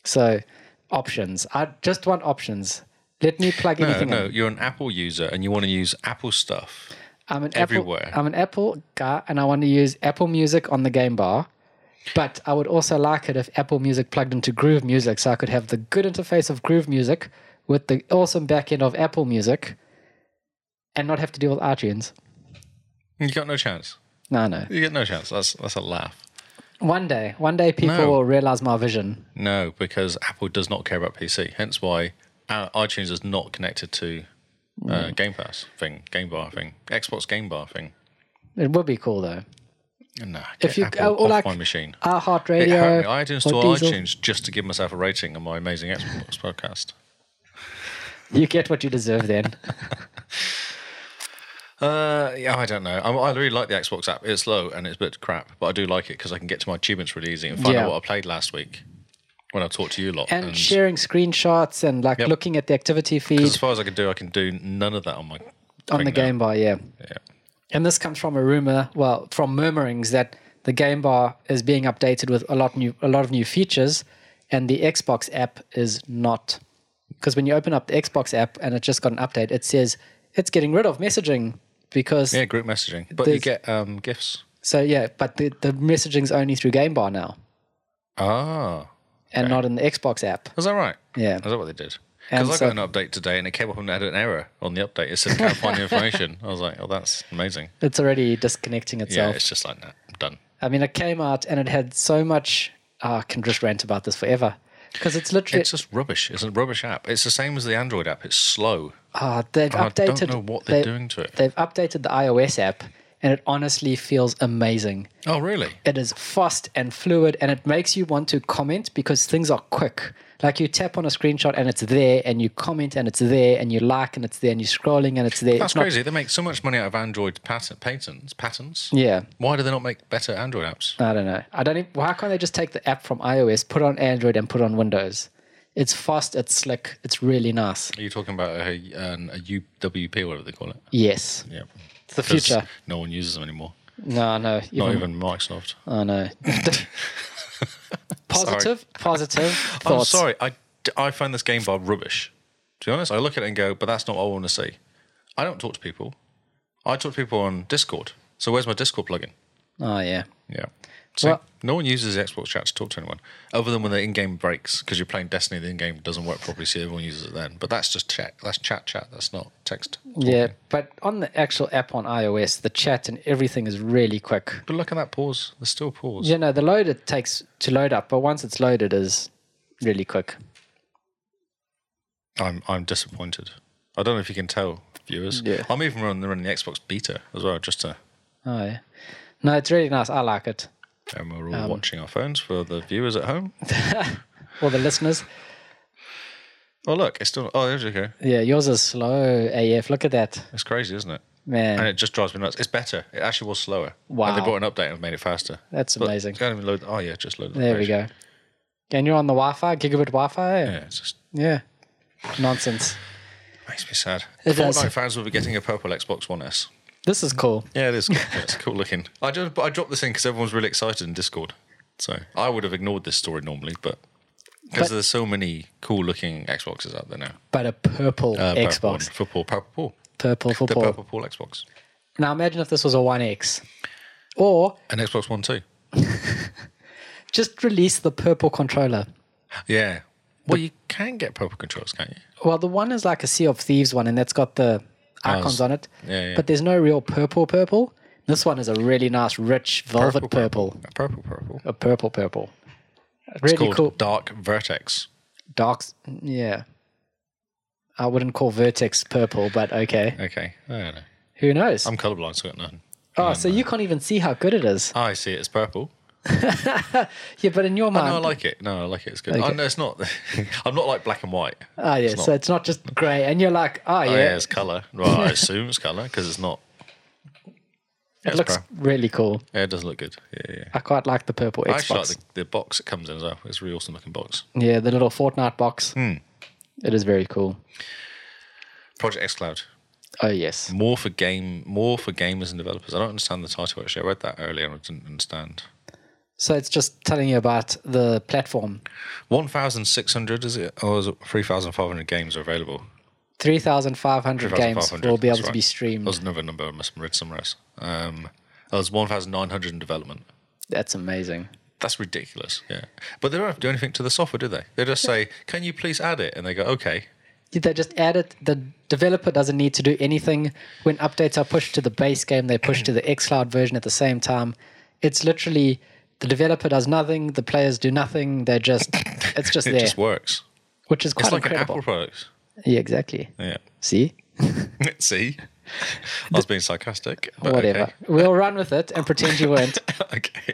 Speaker 2: So options. I just want options. Let me plug
Speaker 1: No,
Speaker 2: anything
Speaker 1: Uh, no,
Speaker 2: in.
Speaker 1: you're an Apple user and you want to use Apple stuff.
Speaker 2: I'm an
Speaker 1: everywhere.
Speaker 2: Apple, I'm an Apple guy, and I want to use Apple Music on the game bar. But I would also like it if Apple Music plugged into Groove Music, so I could have the good interface of Groove Music with the awesome back end of Apple Music, and not have to deal with iTunes.
Speaker 1: You got no chance.
Speaker 2: No, no.
Speaker 1: You get no chance. That's that's a laugh.
Speaker 2: One day, one day, people
Speaker 1: No.
Speaker 2: will realize my vision.
Speaker 1: No, because Apple does not care about PC. Hence why uh, iTunes is not connected to uh, Game Pass thing, Game Bar thing, Xbox Game Bar thing.
Speaker 2: It would be cool though.
Speaker 1: No,
Speaker 2: If
Speaker 1: get
Speaker 2: you uh,
Speaker 1: Apple
Speaker 2: or
Speaker 1: off
Speaker 2: like
Speaker 1: my machine.
Speaker 2: our Heart
Speaker 1: It hurt
Speaker 2: Radio,
Speaker 1: me. I had to install iTunes just to give myself a rating on my amazing Xbox podcast.
Speaker 2: You get what you deserve then.
Speaker 1: Uh, yeah, I don't know. I, I really like the Xbox app. It's low and it's a bit crap, but I do like it because I can get to my achievements really easy and find
Speaker 2: Yeah.
Speaker 1: out what I played last week when I talked to you a lot.
Speaker 2: and sharing screenshots and like
Speaker 1: Yep.
Speaker 2: looking at the activity
Speaker 1: 'cause
Speaker 2: feed.
Speaker 1: as far as I can do, I can do none of that on my
Speaker 2: on
Speaker 1: thing now.
Speaker 2: the Game Bar, yeah.
Speaker 1: Yeah.
Speaker 2: And this comes from a rumor, well, from murmurings that the Game Bar is being updated with a lot new, a lot of new features, and the Xbox app is not. Because when you open up the Xbox app and it just got an update, it says it's getting rid of messaging because
Speaker 1: Yeah, group messaging, but you
Speaker 2: There's-
Speaker 1: get um, gifts.
Speaker 2: so yeah, but the the messaging's only through Game Bar now
Speaker 1: Ah,
Speaker 2: and not in the Xbox app.
Speaker 1: is that right?
Speaker 2: Yeah.
Speaker 1: Is that what they did?
Speaker 2: And
Speaker 1: Because I
Speaker 2: so-
Speaker 1: got an update today, and it came up and it had an error on the update. It said can't find the information. I was like, oh, that's amazing.
Speaker 2: It's already disconnecting
Speaker 1: Yeah,
Speaker 2: itself.
Speaker 1: it's just like that. Done.
Speaker 2: I mean, it came out and it had so much. ah, I can just rant about this forever because it's literally
Speaker 1: It's just rubbish. It's a rubbish app. It's the same as the Android app. It's slow.
Speaker 2: Ah, they've
Speaker 1: I
Speaker 2: updated.
Speaker 1: don't know what they're doing to it.
Speaker 2: They've updated the iOS app, and it honestly feels amazing.
Speaker 1: Oh, really?
Speaker 2: It is fast and fluid, and it makes you want to comment because things are quick. Like you tap on a screenshot and it's there, and you comment and it's there, and you like and it's there, and you're scrolling and it's there.
Speaker 1: That's
Speaker 2: it's not-
Speaker 1: crazy. They make so much money out of Android patent, patents. Patents.
Speaker 2: Yeah,
Speaker 1: Why do they not make better Android apps?
Speaker 2: I don't know. I don't. Even, why can't they just take the app from iOS, put it on Android, and put it on Windows? It's fast. It's slick. It's really nice.
Speaker 1: Are you talking about a, an, a UWP, whatever they call it?
Speaker 2: Yes,
Speaker 1: Yeah.
Speaker 2: it's the future. Mm.
Speaker 1: No one uses them anymore.
Speaker 2: No, no,
Speaker 1: Not
Speaker 2: even
Speaker 1: even Microsoft.
Speaker 2: I know. positive, positive
Speaker 1: I'm
Speaker 2: thoughts.
Speaker 1: sorry. I, I find this game bar rubbish. To be honest, I look at it and go, but that's not what I want to see. I don't talk to people. I talk to people on Discord. So where's my Discord plugin?
Speaker 2: Oh yeah,
Speaker 1: Yeah. So
Speaker 2: Well-
Speaker 1: no one uses the Xbox chat to talk to anyone, other than when the in-game breaks because you're playing Destiny. The in-game doesn't work properly, so everyone uses it then. But that's just chat. That's chat, chat. That's not text.
Speaker 2: yeah. But on the actual app on iOS, the chat and everything is really quick.
Speaker 1: But look at that pause. There's still a pause.
Speaker 2: You know, the load it takes to load up, but once it's loaded, is really quick.
Speaker 1: I'm I'm disappointed. I don't know if you can tell, viewers.
Speaker 2: Yeah.
Speaker 1: I'm even running, running the Xbox beta as well, just to.
Speaker 2: Oh yeah. No, it's really nice. I like it.
Speaker 1: And we're
Speaker 2: Um,
Speaker 1: all watching our phones for the viewers at home.
Speaker 2: All the listeners,
Speaker 1: Oh look, it's still. Oh, there's okay.
Speaker 2: yeah, yours is slow AF. Look at that,
Speaker 1: It's crazy, isn't it? And
Speaker 2: man.
Speaker 1: it just drives me nuts. It's better. It actually was slower.
Speaker 2: Wow.
Speaker 1: And they brought an update and made it faster.
Speaker 2: That's
Speaker 1: But
Speaker 2: amazing.
Speaker 1: I can't even load. Oh yeah, just load.
Speaker 2: There we
Speaker 1: page.
Speaker 2: go. And you're on the Wi-Fi, gigabit Wi-Fi.
Speaker 1: Yeah, it's just
Speaker 2: yeah. Nonsense.
Speaker 1: Makes me sad.
Speaker 2: It
Speaker 1: Fortnite
Speaker 2: does.
Speaker 1: fans will be getting a purple Xbox One S.
Speaker 2: This is cool.
Speaker 1: Yeah, it is. Cool. Yeah, it's cool looking. I just but I dropped this in because everyone's really excited in Discord. So I would have ignored this story normally, but because
Speaker 2: But-
Speaker 1: there's so many cool looking Xboxes out there now.
Speaker 2: But a purple
Speaker 1: Uh,
Speaker 2: Xbox.
Speaker 1: Purple, one, football, purple, Paul.
Speaker 2: Purple
Speaker 1: the
Speaker 2: football.
Speaker 1: purple Paul Xbox,
Speaker 2: Now imagine if this was a 1X. Or
Speaker 1: and Xbox One too.
Speaker 2: just release the purple controller.
Speaker 1: Yeah. Well, you can get purple controls, can't you?
Speaker 2: Well, the one is like a Sea of Thieves one, and that's got the icons
Speaker 1: Oh, it's-
Speaker 2: on it.
Speaker 1: yeah, yeah.
Speaker 2: But there's no real purple purple. This one is a really nice, rich velvet purple.
Speaker 1: Purple, purple.
Speaker 2: A purple purple.
Speaker 1: It's
Speaker 2: really
Speaker 1: called
Speaker 2: cool.
Speaker 1: Dark Vertex.
Speaker 2: Dark. s- Yeah. I wouldn't call Vertex purple, but okay.
Speaker 1: Okay. I don't know.
Speaker 2: Who knows?
Speaker 1: I'm colorblind, so I got nothing.
Speaker 2: oh, so you can't even see how good it is.
Speaker 1: I see it as purple.
Speaker 2: Yeah, but in your mind.
Speaker 1: No, I like it. No, I like it. It's good. Oh, no, it's not. I'm not like black and white. Oh,
Speaker 2: ah, yeah. so it's not just grey. And you're like, oh, yeah.
Speaker 1: yeah, it's color. Well, I assume it's color because it's not. Yeah,
Speaker 2: it
Speaker 1: it's
Speaker 2: looks
Speaker 1: purple.
Speaker 2: really cool.
Speaker 1: Yeah, it does look good. Yeah, yeah.
Speaker 2: I quite like the purple
Speaker 1: I actually
Speaker 2: Xbox.
Speaker 1: like the, the box it comes in as well. It's a really awesome looking box.
Speaker 2: yeah, the little Fortnite box.
Speaker 1: Hmm.
Speaker 2: It is very cool.
Speaker 1: Project X Cloud.
Speaker 2: Oh, yes.
Speaker 1: More for game, more for gamers and developers. I don't understand the title actually. I read that earlier and I didn't understand.
Speaker 2: So it's just telling you about the platform.
Speaker 1: 1,600 is it? Or is it 3,500 games are available?
Speaker 2: 3,500 games
Speaker 1: 3,500,
Speaker 2: will be able
Speaker 1: that's
Speaker 2: to be
Speaker 1: right. That
Speaker 2: streamed.
Speaker 1: was another number I must have read somewhere else. Um, oh, there's 1,900 in development.
Speaker 2: That's amazing.
Speaker 1: That's ridiculous. Yeah. But they don't have to do anything to the software, do they? They just say, can you please add it? And they go, okay.
Speaker 2: Did they just add it? The developer doesn't need to do anything. When updates are pushed to the base game, they push to the xCloud version at the same time. It's literally the developer does nothing, the players do nothing. They're just, it's just
Speaker 1: It
Speaker 2: there,
Speaker 1: just works.
Speaker 2: which is quite
Speaker 1: It's like
Speaker 2: incredible.
Speaker 1: an Apple product.
Speaker 2: yeah, exactly.
Speaker 1: Yeah.
Speaker 2: See?
Speaker 1: See? I was being sarcastic. But
Speaker 2: Whatever.
Speaker 1: Oh, okay.
Speaker 2: We'll run with it and pretend you weren't.
Speaker 1: okay.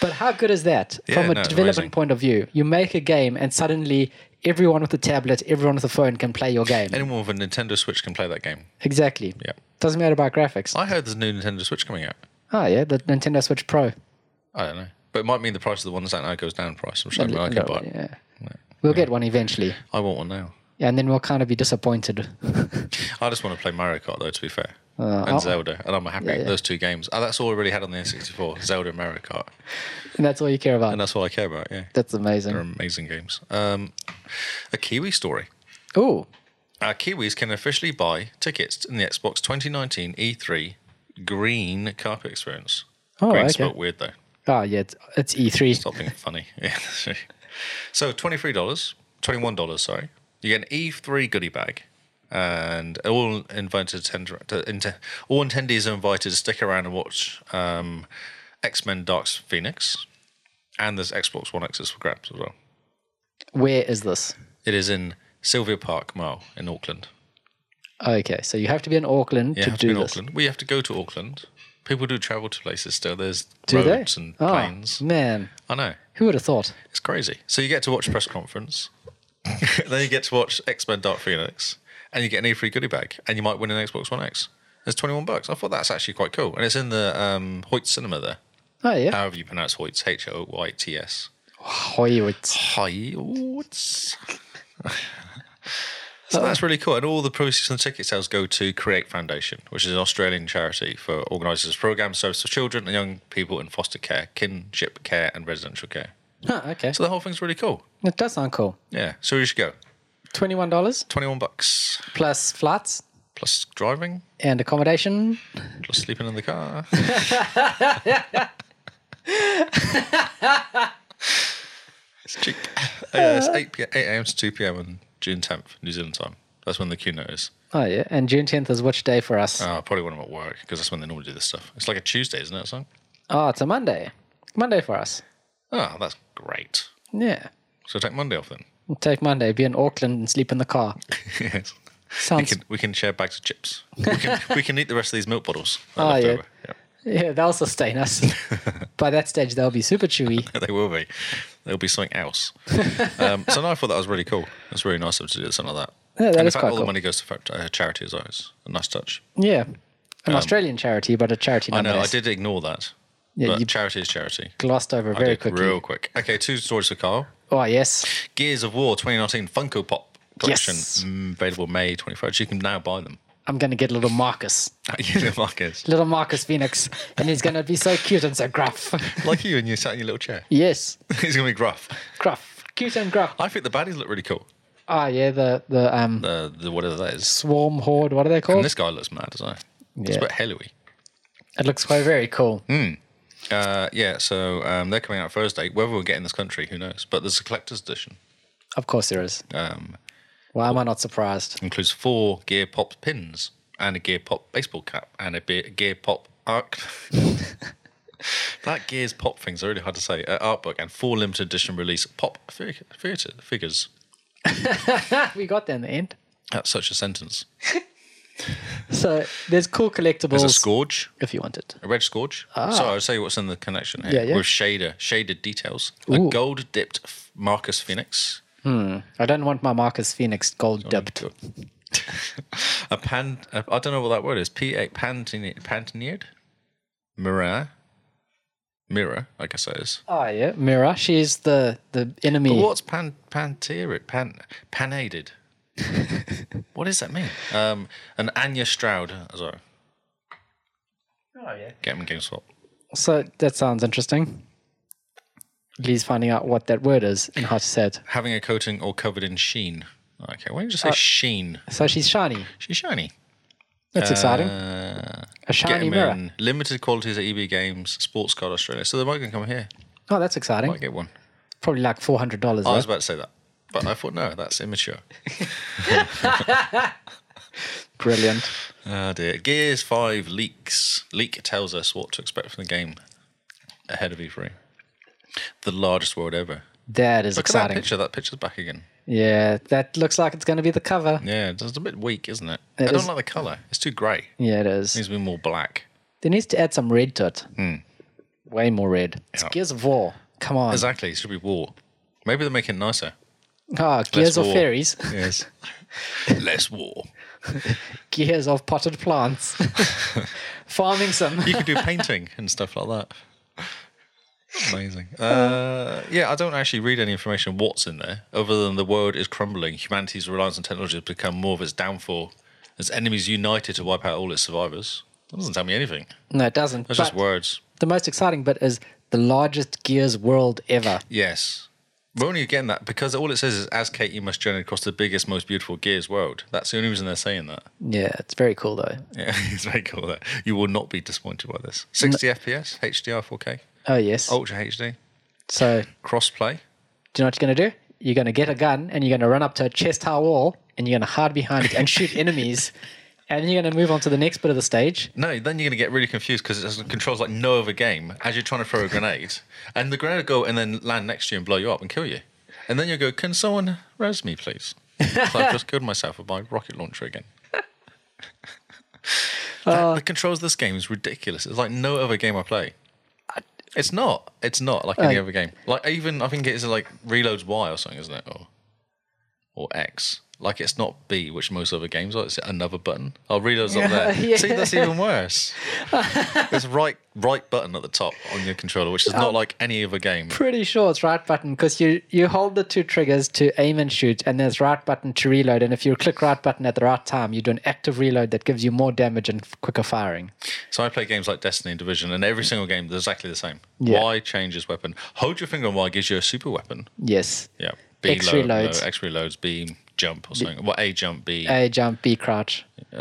Speaker 2: But how good is that
Speaker 1: Yeah,
Speaker 2: from a
Speaker 1: no, it's
Speaker 2: development
Speaker 1: amazing.
Speaker 2: point of view? You make a game and suddenly everyone with a tablet, everyone with a phone can play your game.
Speaker 1: Anyone with a Nintendo Switch can play that game.
Speaker 2: exactly.
Speaker 1: Yeah.
Speaker 2: Doesn't matter about graphics.
Speaker 1: I heard there's a new Nintendo Switch coming out.
Speaker 2: Oh yeah, the Nintendo Switch Pro.
Speaker 1: I don't know. But it might mean the price of the one that's out now goes down in price. I'm sure I can
Speaker 2: No,
Speaker 1: buy it.
Speaker 2: yeah. We'll get one eventually.
Speaker 1: I want one now.
Speaker 2: And then we'll kind of be disappointed.
Speaker 1: I just want to play Mario Kart though, to be fair, and
Speaker 2: I'll-
Speaker 1: Zelda, and I'm happy.
Speaker 2: Uh, yeah.
Speaker 1: Those two games. Oh, that's all I really had on the N64: Zelda and Mario Kart,
Speaker 2: and that's all you care about.
Speaker 1: and uh, that's all I care about. Yeah,
Speaker 2: That's
Speaker 1: they're
Speaker 2: amazing.
Speaker 1: amazing games. Um, a Kiwi story.
Speaker 2: Ooh.
Speaker 1: Uh, Kiwis can officially buy tickets in the Xbox 2019 E3 Green Carpet Experience.
Speaker 2: Oh,
Speaker 1: green
Speaker 2: okay.
Speaker 1: spelled weird though.
Speaker 2: Oh yeah, it's, it's E3.
Speaker 1: Stop being funny. Yeah. so twenty three dollars, twenty one dollars. Sorry, you get an E three goodie bag, and all invited attend- to- inte- all attendees are invited to stick around and watch um, X Men Dark Phoenix, and there's Xbox One X's for grabs as well.
Speaker 2: Where is this?
Speaker 1: It is in Sylvia Park Mall in Auckland.
Speaker 2: Okay, so you have to be in Auckland
Speaker 1: Yeah,
Speaker 2: to
Speaker 1: have
Speaker 2: do
Speaker 1: to be in
Speaker 2: this.
Speaker 1: Auckland. We have to go to Auckland. People do travel to places still. There's
Speaker 2: Do they?
Speaker 1: roads and
Speaker 2: oh,
Speaker 1: planes.
Speaker 2: man,
Speaker 1: I know.
Speaker 2: who would have thought?
Speaker 1: It's crazy. So you get to watch a press conference, then you get to watch X Men Dark Phoenix, and you get an E3 goodie bag, and you might win an Xbox One X. It's twenty one bucks. I thought that's actually quite cool, and it's in the um, Hoyt Cinema there.
Speaker 2: Oh yeah.
Speaker 1: However you pronounce Hoyts, H O Y T S.
Speaker 2: Hoyts.
Speaker 1: Hoyts. So that's really cool, and all the proceeds from the ticket sales go to Create Foundation, which is an Australian charity for organises programs service for children and young people in foster care, kinship care, and residential care.
Speaker 2: Huh, okay.
Speaker 1: So the whole thing's really cool.
Speaker 2: It does sound cool.
Speaker 1: Yeah. So we should go.
Speaker 2: Twenty-one dollars
Speaker 1: 21 bucks
Speaker 2: plus flights
Speaker 1: plus driving
Speaker 2: and accommodation.
Speaker 1: plus sleeping in the car it's cheap yeah,
Speaker 2: Uh.
Speaker 1: it's 8 p- 8 a.m to 2 p.m on june 10th new zealand time that's when the keynote is
Speaker 2: Oh yeah, and June tenth is which day for us?
Speaker 1: oh, probably when i'm at work because that's when they normally do this stuff it's like a tuesday isn't it son?
Speaker 2: oh, it's a Monday. Monday for us.
Speaker 1: oh that's great
Speaker 2: Yeah.
Speaker 1: so take monday off then
Speaker 2: We'll take Monday, be in Auckland and sleep in the car.
Speaker 1: yes we
Speaker 2: Sounds
Speaker 1: can, we can share bags of chips we can, we can eat the rest of these milk bottles that are
Speaker 2: Oh,
Speaker 1: left
Speaker 2: yeah.
Speaker 1: over.
Speaker 2: yeah, they'll sustain us. By that stage they'll be super chewy.
Speaker 1: they will be. There'll be something else. um, so no, I thought that was really cool. It's really nice of them to do something like that.
Speaker 2: Yeah, that
Speaker 1: and in
Speaker 2: is
Speaker 1: fact,
Speaker 2: quite
Speaker 1: all
Speaker 2: cool.
Speaker 1: the money goes to fact, uh, charity as well. It's a nice touch.
Speaker 2: Yeah. An Australian charity, but a charity
Speaker 1: Um, I know, I
Speaker 2: nonetheless.
Speaker 1: did ignore that.
Speaker 2: Yeah,
Speaker 1: but
Speaker 2: you-
Speaker 1: charity is charity.
Speaker 2: Glossed over very
Speaker 1: Did
Speaker 2: quickly.
Speaker 1: Real quick. Okay, two stories for Carl.
Speaker 2: Oh yes.
Speaker 1: Gears of War 2019 Funko Pop collection
Speaker 2: Yes.
Speaker 1: mm, available May 21st. You can now buy them.
Speaker 2: I'm going to get little Marcus,
Speaker 1: you, Marcus.
Speaker 2: little Marcus Phoenix, and he's going to be so cute and so gruff.
Speaker 1: Like you, and you sat in your little chair.
Speaker 2: yes,
Speaker 1: He's gonna be gruff.
Speaker 2: gruff, cute and gruff.
Speaker 1: I think the baddies look really cool.
Speaker 2: Ah, yeah, the the um
Speaker 1: Uh, the whatever that is.
Speaker 2: swarm horde. What are they
Speaker 1: And
Speaker 2: called?
Speaker 1: this guy looks mad, doesn't he? It's
Speaker 2: Yeah.
Speaker 1: a bit helloy.
Speaker 2: it looks quite very cool.
Speaker 1: Hmm. Uh, yeah, so um, they're coming out Thursday. Whether we'll get in this country, who knows? But there's a collector's edition.
Speaker 2: Of course, there is.
Speaker 1: Um,
Speaker 2: Why am I not surprised?
Speaker 1: includes four Gear Pop pins and a Gear Pop baseball cap and a be- Gear Pop arc. that Gears Pop thing's really hard to say. Uh, art book and four limited edition release pop fig- theater figures.
Speaker 2: we got there in the end.
Speaker 1: That's such a sentence.
Speaker 2: So there's cool collectibles
Speaker 1: There's a scourge,
Speaker 2: if you want it.
Speaker 1: a red scourge. So I'll tell you what's in the connection here
Speaker 2: Ah. Yeah, yeah.
Speaker 1: with shader, shaded details, a
Speaker 2: Ooh.
Speaker 1: gold dipped f- Marcus Phoenix,
Speaker 2: I don't want my Marcus Phoenix gold dipped.
Speaker 1: E a pan. A, I don't know what that word is. P A pantine- pantineered mirror. Mirror, I guess that is.
Speaker 2: Oh yeah, Mira. She's the the enemy.
Speaker 1: What's pan panteered? Pan panaded. what does that mean? Um, an Anya Stroud. Sorry,
Speaker 2: Oh yeah.
Speaker 1: get him in GameStop.
Speaker 2: So that sounds interesting. Lee's finding out what that word is and how to say it.
Speaker 1: Having a coating or covered in sheen. Okay, why did you say sheen?
Speaker 2: So she's shiny.
Speaker 1: She's shiny.
Speaker 2: That's exciting.
Speaker 1: Uh,
Speaker 2: A
Speaker 1: get
Speaker 2: shiny
Speaker 1: him
Speaker 2: mirror.
Speaker 1: in. Limited qualities at EB Games, Sports Card Australia. So they might gonna come here.
Speaker 2: Oh, that's exciting.
Speaker 1: Might get one.
Speaker 2: Probably like four hundred dollars.
Speaker 1: I was about to say that, but I thought no, that's immature.
Speaker 2: Brilliant.
Speaker 1: Oh dear. Gears Five leaks. Leak tells us what to expect from the game ahead of E3. The largest world ever.
Speaker 2: That is
Speaker 1: Look at that
Speaker 2: exciting.
Speaker 1: picture. That picture's back again. it's
Speaker 2: yeah, that looks like it's going to be the cover.
Speaker 1: Yeah, it's just a bit weak, isn't it?
Speaker 2: It
Speaker 1: I don't
Speaker 2: is.
Speaker 1: like the color. It's too grey. It
Speaker 2: Yeah, it is.
Speaker 1: needs to be more black.
Speaker 2: There needs to add some red to it. Way more red. It's
Speaker 1: Hmm. Yeah.
Speaker 2: Gears of War. Come on.
Speaker 1: Exactly. It should be war. Maybe they're making it nicer.
Speaker 2: Ah, Gears of
Speaker 1: war.
Speaker 2: Fairies.
Speaker 1: Yes. Less war.
Speaker 2: Gears of Potted Plants. Farming some.
Speaker 1: You could do painting and stuff like that. Amazing. Uh, yeah, I don't actually read any information what's in there, other than the world is crumbling. Humanity's reliance on technology has become more of its downfall. As enemies united to wipe out all its survivors. That doesn't tell me anything.
Speaker 2: No, it doesn't.
Speaker 1: That's just
Speaker 2: But
Speaker 1: words.
Speaker 2: the most exciting bit is the largest Gears world ever.
Speaker 1: Yes. We're only getting that because all it says is as Kate you must journey across the biggest, most beautiful Gears world. That's the only reason they're saying that.
Speaker 2: Yeah, it's very cool though.
Speaker 1: Yeah, it's very cool that you will not be disappointed by this. 60 FPS, HDR 4K,
Speaker 2: Oh, yes.
Speaker 1: Ultra HD,
Speaker 2: So, do
Speaker 1: crossplay.
Speaker 2: you know what you're going to do? You're going to get a gun and you're going to run up to a chest high wall and you're going to hide behind it and shoot enemies. And then you're going to move on to the next bit of the stage.
Speaker 1: No, then you're going to get really confused because it doesn't- controls like no other game as you're trying to throw a grenade. And the grenade will go and then land next to you and blow you up and kill you. And then you'll go, Can someone res me, please? 'Cause I've just killed myself with my rocket launcher again. that, the controls of this game is ridiculous. It's like no other game I play. It's not. It's not like any
Speaker 2: Uh,
Speaker 1: other game. Like even I think it is like Reloads Y or something, isn't it? Or or X. Like it's not B, which most other games are. It's another button. Oh, Reloads up there.
Speaker 2: Yeah.
Speaker 1: See, that's even worse. There's right right button at the top on your controller, which
Speaker 2: Oh.
Speaker 1: is not like any other game.
Speaker 2: pretty sure it's right button because you you hold the two triggers to aim and shoot and there's right button to reload and if you click right button at the right time you do an active reload that gives you more damage and f- quicker firing
Speaker 1: So I play games like Destiny and Division, and every single game they're exactly the same.
Speaker 2: Yeah.
Speaker 1: Y changes weapon. Hold your finger on Y gives you a super weapon.
Speaker 2: yes
Speaker 1: Yeah. B
Speaker 2: X
Speaker 1: load,
Speaker 2: reloads.
Speaker 1: low, X reloads. B jump or something. Well, A jump. B.
Speaker 2: a jump b crouch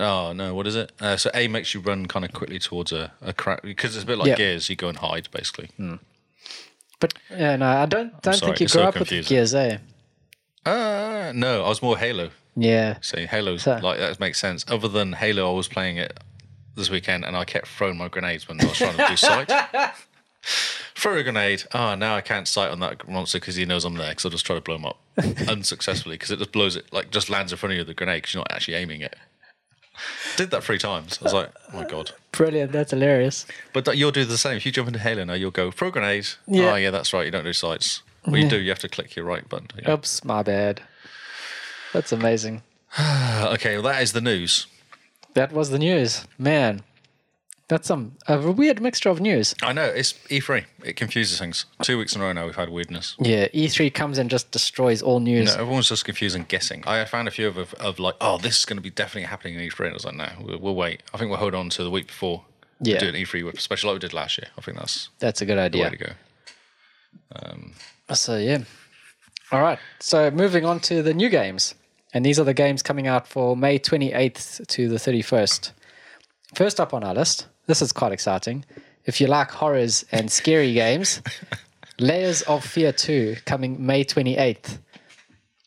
Speaker 1: Oh no, what is it? Uh, so A makes you run kind of quickly towards a, a crack because it's a bit like
Speaker 2: Yeah. Hmm.
Speaker 1: Gears. You go and hide basically.
Speaker 2: but yeah, no i don't don't
Speaker 1: sorry,
Speaker 2: think you
Speaker 1: it's
Speaker 2: grew
Speaker 1: so
Speaker 2: up with
Speaker 1: confusing.
Speaker 2: gears eh
Speaker 1: Uh, no, I was more Halo.
Speaker 2: yeah
Speaker 1: So Halo,
Speaker 2: So-
Speaker 1: like that makes sense. Other than Halo, I was playing it this weekend and I kept throwing my grenades when I was trying to do sight. Throw a grenade. Ah, now I can't sight on that monster because he knows I'm there because I'll just try to blow him up unsuccessfully because it just blows it like just lands in front of you with the grenade because you're not actually aiming it. Did that three times. I was like, oh my god.
Speaker 2: brilliant that's hilarious
Speaker 1: But that, you'll do the same. If you jump into Halo now, you'll go throw a grenade.
Speaker 2: Yeah.
Speaker 1: Oh yeah, that's right. You don't do sights. Well, you do. You have to click your right button. Yeah.
Speaker 2: oops my bad that's amazing
Speaker 1: Uh, okay, well, that is the news.
Speaker 2: that was the news man That's some a weird mixture of news.
Speaker 1: I know it's E3. It confuses things. Two weeks in a row now, we've had weirdness.
Speaker 2: Yeah, E3 comes and just destroys all news.
Speaker 1: No, everyone's just confused and guessing. I found a few of, of, of like, oh, this is going to be definitely happening in E3. And I was like, no, we'll, we'll wait. I think we'll hold on to the week before.
Speaker 2: Yeah.
Speaker 1: We'll do an E E3 whip special like we did last year. I think that's
Speaker 2: That's a good
Speaker 1: the
Speaker 2: idea.
Speaker 1: way to go.
Speaker 2: So yeah. All right. So moving on to the new games, and these are the games coming out for May 28th to the 31st. First up on our list, this is quite exciting. If you like horrors and scary games, Layers of Fear 2 coming May 28th.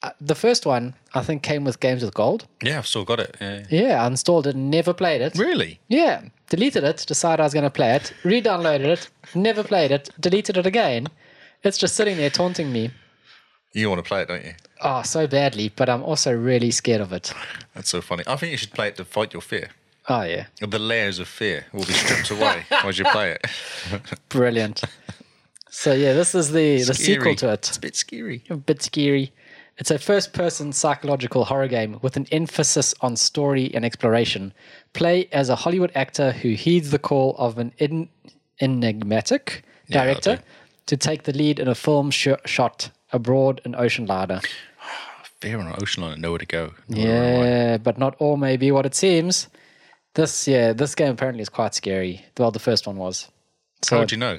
Speaker 2: Uh, The first one, I think, came with Games with Gold.
Speaker 1: Yeah, I've still got it. Yeah.
Speaker 2: Yeah, I installed it, and never played it.
Speaker 1: Really?
Speaker 2: Yeah, deleted it, decided I was going to play it, re-downloaded it, never played it, deleted it again. It's just sitting there taunting me.
Speaker 1: You want to play it, don't you?
Speaker 2: Oh, so badly, but I'm also really scared of it.
Speaker 1: That's so funny. I think you should play it to fight your fear.
Speaker 2: Oh, yeah.
Speaker 1: The layers of fear will be stripped away as you play it.
Speaker 2: Brilliant. So, yeah, this is the, the
Speaker 1: Eerie.
Speaker 2: sequel to
Speaker 1: It's
Speaker 2: it.
Speaker 1: a bit scary.
Speaker 2: A bit scary. It's a first person psychological horror game with an emphasis on story and exploration. Play as a Hollywood actor who heeds the call of an en- enigmatic
Speaker 1: I
Speaker 2: director
Speaker 1: do.
Speaker 2: to take the lead in a film sh- shot abroad in Ocean Larder.
Speaker 1: Fear on an ocean liner, nowhere to go. Nowhere to run away.
Speaker 2: Yeah, but not all may be what it seems. This yeah, this game apparently is quite scary. Well, the first one was.
Speaker 1: How would you know?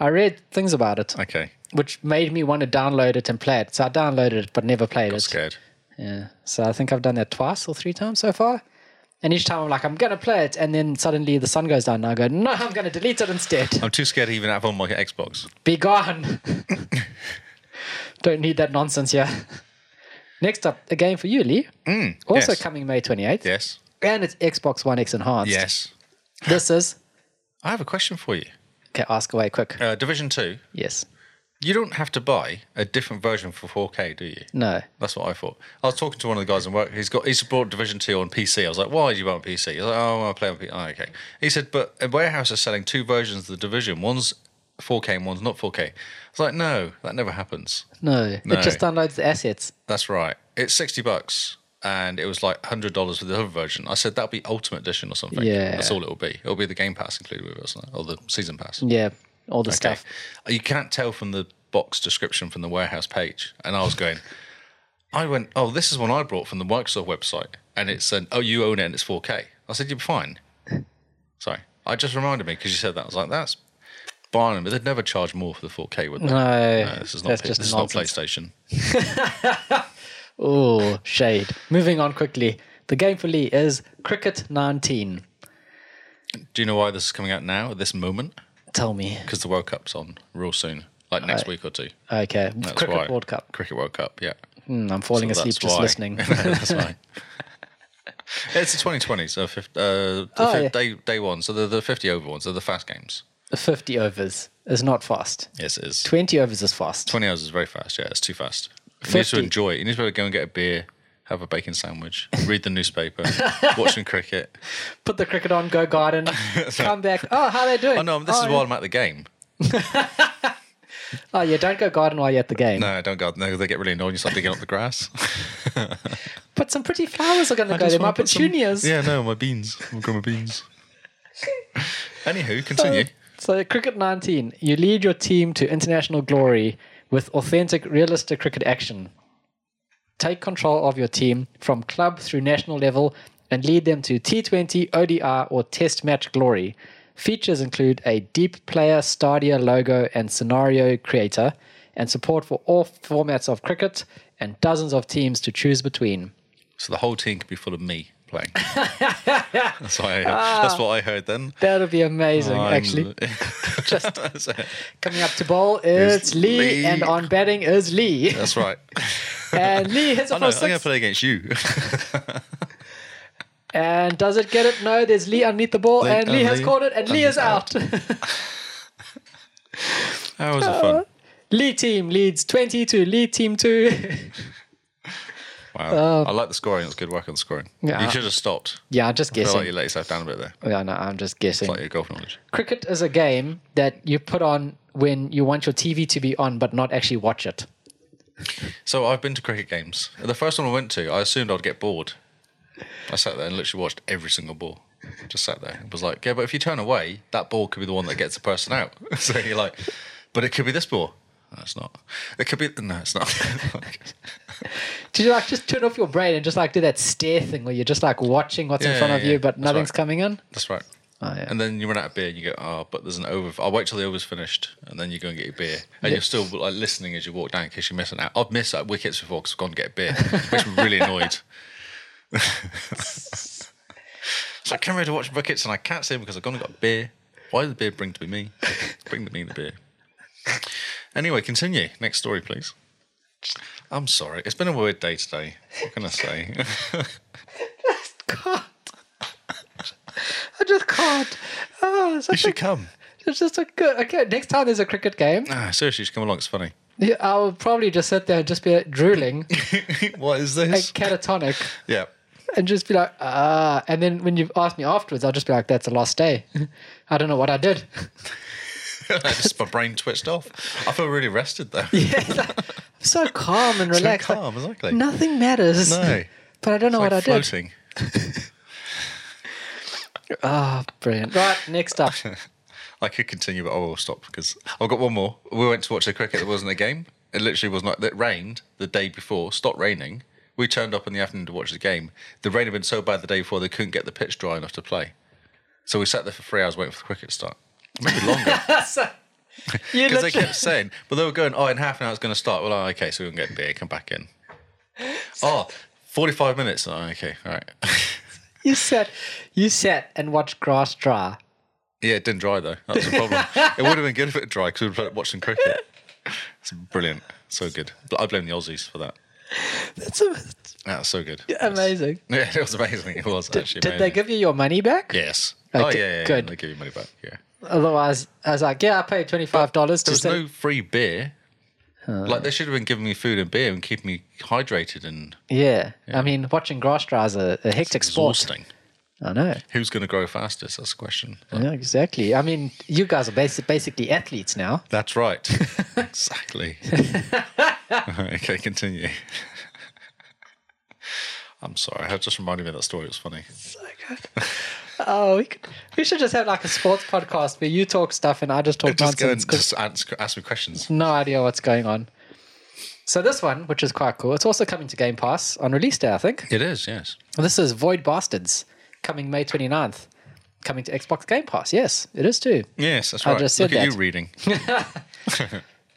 Speaker 2: I read things about it,
Speaker 1: Okay.
Speaker 2: which made me want to download it and play it. So I downloaded it, but never played it.
Speaker 1: Scared.
Speaker 2: Yeah. So I think I've done that twice or three times so far. And each time I'm like, I'm gonna play it, and then suddenly the sun goes down, and I go, No, I'm gonna delete it instead.
Speaker 1: I'm too scared to even have on my Xbox.
Speaker 2: Be gone. Don't need that nonsense here. Next up, a game for you, Lee. also
Speaker 1: Mm, yes.
Speaker 2: coming May 28th.
Speaker 1: Yes.
Speaker 2: and it's Xbox One X enhanced.
Speaker 1: Yes.
Speaker 2: This is
Speaker 1: I have a question for you.
Speaker 2: okay. Ask away quick.
Speaker 1: Uh, Division 2,
Speaker 2: Yes.
Speaker 1: you don't have to buy a different version for 4K, do you?
Speaker 2: No.
Speaker 1: That's what I thought. I was talking to one of the guys in work. He's got he's bought Division Two on PC. I was like, "Why did you buy on PC?" He's like, "Oh, I play on PC." Oh, okay. He said, "But a warehouse is selling two versions of the Division. One's 4K and one's not 4K." I was like, "No, that never happens.
Speaker 2: No.
Speaker 1: No.
Speaker 2: It just downloads the assets.
Speaker 1: That's right. It's sixty bucks, and it was like hundred dollars for the other version." I said, "That'll be Ultimate Edition or something.
Speaker 2: Yeah.
Speaker 1: that's all it'll be. It'll be the Game Pass included with us, or the Season Pass."
Speaker 2: Yeah. All the
Speaker 1: Okay.
Speaker 2: stuff.
Speaker 1: You can't tell from the box description from the warehouse page. And I was going, I went, oh, this is one I brought from the Microsoft website. And it said, oh, you own it and it's 4K. I said, you're fine. Sorry. I just reminded me because you said that. I was like, that's Barnum, but they'd never charge more for the 4K, would they?
Speaker 2: No.
Speaker 1: This is not,
Speaker 2: that's
Speaker 1: this
Speaker 2: just
Speaker 1: is not
Speaker 2: nonsense.
Speaker 1: PlayStation.
Speaker 2: Oh, shade. Moving on quickly. The game for Lee is Cricket 19.
Speaker 1: Do you know why this is coming out now at this moment?
Speaker 2: Tell me.
Speaker 1: Because the World Cup's on real soon, like next week or two.
Speaker 2: Okay.
Speaker 1: That's
Speaker 2: Cricket
Speaker 1: why.
Speaker 2: World Cup.
Speaker 1: Cricket World Cup, yeah.
Speaker 2: Hmm, I'm falling
Speaker 1: So
Speaker 2: asleep
Speaker 1: that's
Speaker 2: just
Speaker 1: why.
Speaker 2: listening.
Speaker 1: that's why. It's the 2020, so fif- uh, the
Speaker 2: Oh,
Speaker 1: fif-
Speaker 2: yeah.
Speaker 1: day day one, so the, the 50 over ones are the fast games.
Speaker 2: 50 overs is not fast.
Speaker 1: Yes, it is.
Speaker 2: 20 overs is fast.
Speaker 1: 20 hours is very fast. Yeah, it's too fast. You need to
Speaker 2: 50.
Speaker 1: enjoy it. You need to be able to go and get a beer, have a bacon sandwich, read the newspaper, watch some cricket.
Speaker 2: Put the cricket on, go garden, come back. Oh, how they doing?
Speaker 1: Oh no, this
Speaker 2: oh,
Speaker 1: is while I'm at the game.
Speaker 2: Oh, yeah, don't go garden while you're at the game.
Speaker 1: No, don't go. No, they get really annoyed. when You start digging up the grass.
Speaker 2: But some pretty flowers are going to go
Speaker 1: Just
Speaker 2: there. My
Speaker 1: wanna put some-
Speaker 2: petunias.
Speaker 1: yeah, no, my beans. I've got my beans. Anywho, continue.
Speaker 2: So, Cricket 19, you lead your team to international glory with authentic, realistic cricket action. Take control of your team from club through national level and lead them to T20, ODI, or Test match glory. Features include a deep player, Stadia logo, and scenario creator, and support for all formats of cricket and dozens of teams to choose between.
Speaker 1: So the whole team could be full of me playing. that's, what I, that's what I heard then.
Speaker 2: That'll be amazing,
Speaker 1: I'm-
Speaker 2: Ah. actually. Just
Speaker 1: that's,
Speaker 2: Coming up to bowl is
Speaker 1: Is
Speaker 2: Lee,
Speaker 1: Lee.
Speaker 2: and on batting is Lee.
Speaker 1: that's right.
Speaker 2: and Lee hits
Speaker 1: I
Speaker 2: it
Speaker 1: know,
Speaker 2: for
Speaker 1: Oh, I'm going to
Speaker 2: six.
Speaker 1: play against you.
Speaker 2: And does it get it? No, there's Lee underneath the ball,
Speaker 1: Lee
Speaker 2: and Lee
Speaker 1: and
Speaker 2: has
Speaker 1: Lee
Speaker 2: caught it, and Lee is
Speaker 1: underneath
Speaker 2: out.
Speaker 1: that was a
Speaker 2: Oh.
Speaker 1: fun.
Speaker 2: Lee team leads 20 to Lee team 2.
Speaker 1: Wow. I like the scoring. It was good work on the scoring.
Speaker 2: Oh. Yeah.
Speaker 1: You should have stopped.
Speaker 2: yeah, I'm just
Speaker 1: I feel like
Speaker 2: guessing. Oh,
Speaker 1: you let yourself down a bit there.
Speaker 2: Yeah, no, I'm just guessing.
Speaker 1: Like your golf knowledge.
Speaker 2: Cricket is a game that you put on when you want your TV to be on, but not actually watch it.
Speaker 1: So I've been to cricket games. The first one I went to, I assumed I'd get bored. I sat there and literally watched every single ball. Just sat there. It was like, yeah, but if you turn away, that ball could be the one that gets the person out. so you're like, but it could be this ball. No, it's not. It could be. No, it's not. Like,
Speaker 2: Did you like just turn off your brain and just like do that stare thing where you're just like watching what's in
Speaker 1: Yeah,
Speaker 2: front
Speaker 1: yeah,
Speaker 2: of
Speaker 1: yeah.
Speaker 2: you, but
Speaker 1: That's
Speaker 2: nothing's
Speaker 1: right.
Speaker 2: coming in?
Speaker 1: That's right.
Speaker 2: Oh, yeah.
Speaker 1: And then you run out of beer and you go, oh, but there's an over. I'll wait till the over's finished and then you go and get your beer. And you're still like listening as you walk down in case you're missing out. I've missed out wickets before because I've gone to get a beer. It makes me really annoyed. so I came here to watch wickets and I can't see him because I've gone and got a beer. Why did the beer bring to me? Bring to me the beer. Anyway, continue. Next story, please. I'm sorry. It's been a weird day today. What can I say?
Speaker 2: God. I just can't. Oh, it's,
Speaker 1: you
Speaker 2: such a,
Speaker 1: should come.
Speaker 2: it's just a good. Okay, next time there's a cricket game,
Speaker 1: Ah, seriously, you should come along. It's funny.
Speaker 2: yeah, I'll probably just sit there and just be drooling,
Speaker 1: what is
Speaker 2: like
Speaker 1: this?
Speaker 2: catatonic,
Speaker 1: Yeah.
Speaker 2: and just be like, ah. And then when you ask me afterwards, I'll just be like, that's a lost day. I don't know what I did.
Speaker 1: just my brain twitched off. I feel really rested though.
Speaker 2: I'm so calm and
Speaker 1: So
Speaker 2: relaxed. like,
Speaker 1: calm, exactly.
Speaker 2: nothing matters.
Speaker 1: No.
Speaker 2: But I don't know
Speaker 1: Like
Speaker 2: what I did.
Speaker 1: floating.
Speaker 2: Ah, brilliant. Right, next up.
Speaker 1: I could continue, but I will stop because I've got one more. We went to watch the cricket. There wasn't a game. It literally was not. It rained the day before. Stopped raining. We turned up in the afternoon to watch the game. The rain had been so bad the day before they couldn't get the pitch dry enough to play. So we sat there for three hours waiting for the cricket to start. Maybe longer.
Speaker 2: you
Speaker 1: Because they
Speaker 2: literally,
Speaker 1: kept saying, but they were going, oh, in half an hour it's going to start. Well, oh, okay, so we can get beer, come back in. Oh, 45 minutes. Oh, okay, all right.
Speaker 2: you sat, you sat and watched grass dry.
Speaker 1: yeah, it didn't dry though. That's the problem. it would have been good if it dried because we'd have watched some cricket. It's brilliant. So good. But I blame the Aussies for that.
Speaker 2: That's a,
Speaker 1: That's so good.
Speaker 2: amazing.
Speaker 1: Yeah, it was amazing. It was actually
Speaker 2: Did
Speaker 1: amazing.
Speaker 2: they give you your money back?
Speaker 1: Yes.
Speaker 2: Oh,
Speaker 1: Oh, yeah,
Speaker 2: di-
Speaker 1: yeah, yeah.
Speaker 2: good.
Speaker 1: They give you money back. Yeah.
Speaker 2: Otherwise, I was like, yeah, I paid twenty five dollars
Speaker 1: There
Speaker 2: to
Speaker 1: was
Speaker 2: sit.
Speaker 1: no free beer. Like, they should have been giving me food and beer and keeping me hydrated and
Speaker 2: yeah. I mean, watching grass dry is a, a hectic sport.
Speaker 1: exhausting.
Speaker 2: I know.
Speaker 1: Who's going to grow fastest? That's the question.
Speaker 2: Yeah, exactly. I mean, you guys are basi- basically athletes now.
Speaker 1: That's right. exactly. okay, continue. I'm sorry. I just reminded me of that story. It was funny.
Speaker 2: Oh, we, could, we should just have like a sports podcast where you talk stuff and I just talk
Speaker 1: Just go
Speaker 2: nonsense
Speaker 1: and
Speaker 2: 'cause
Speaker 1: just ask, ask me questions.
Speaker 2: no idea what's going on. So this one, which is quite cool, it's also coming to Game Pass on release day, I think.
Speaker 1: It is, yes.
Speaker 2: This is Void Bastards, coming May 29th, coming to Xbox Game Pass. Yes, it is too.
Speaker 1: Yes, that's
Speaker 2: I
Speaker 1: right.
Speaker 2: just
Speaker 1: Look
Speaker 2: said
Speaker 1: at
Speaker 2: that.
Speaker 1: you reading.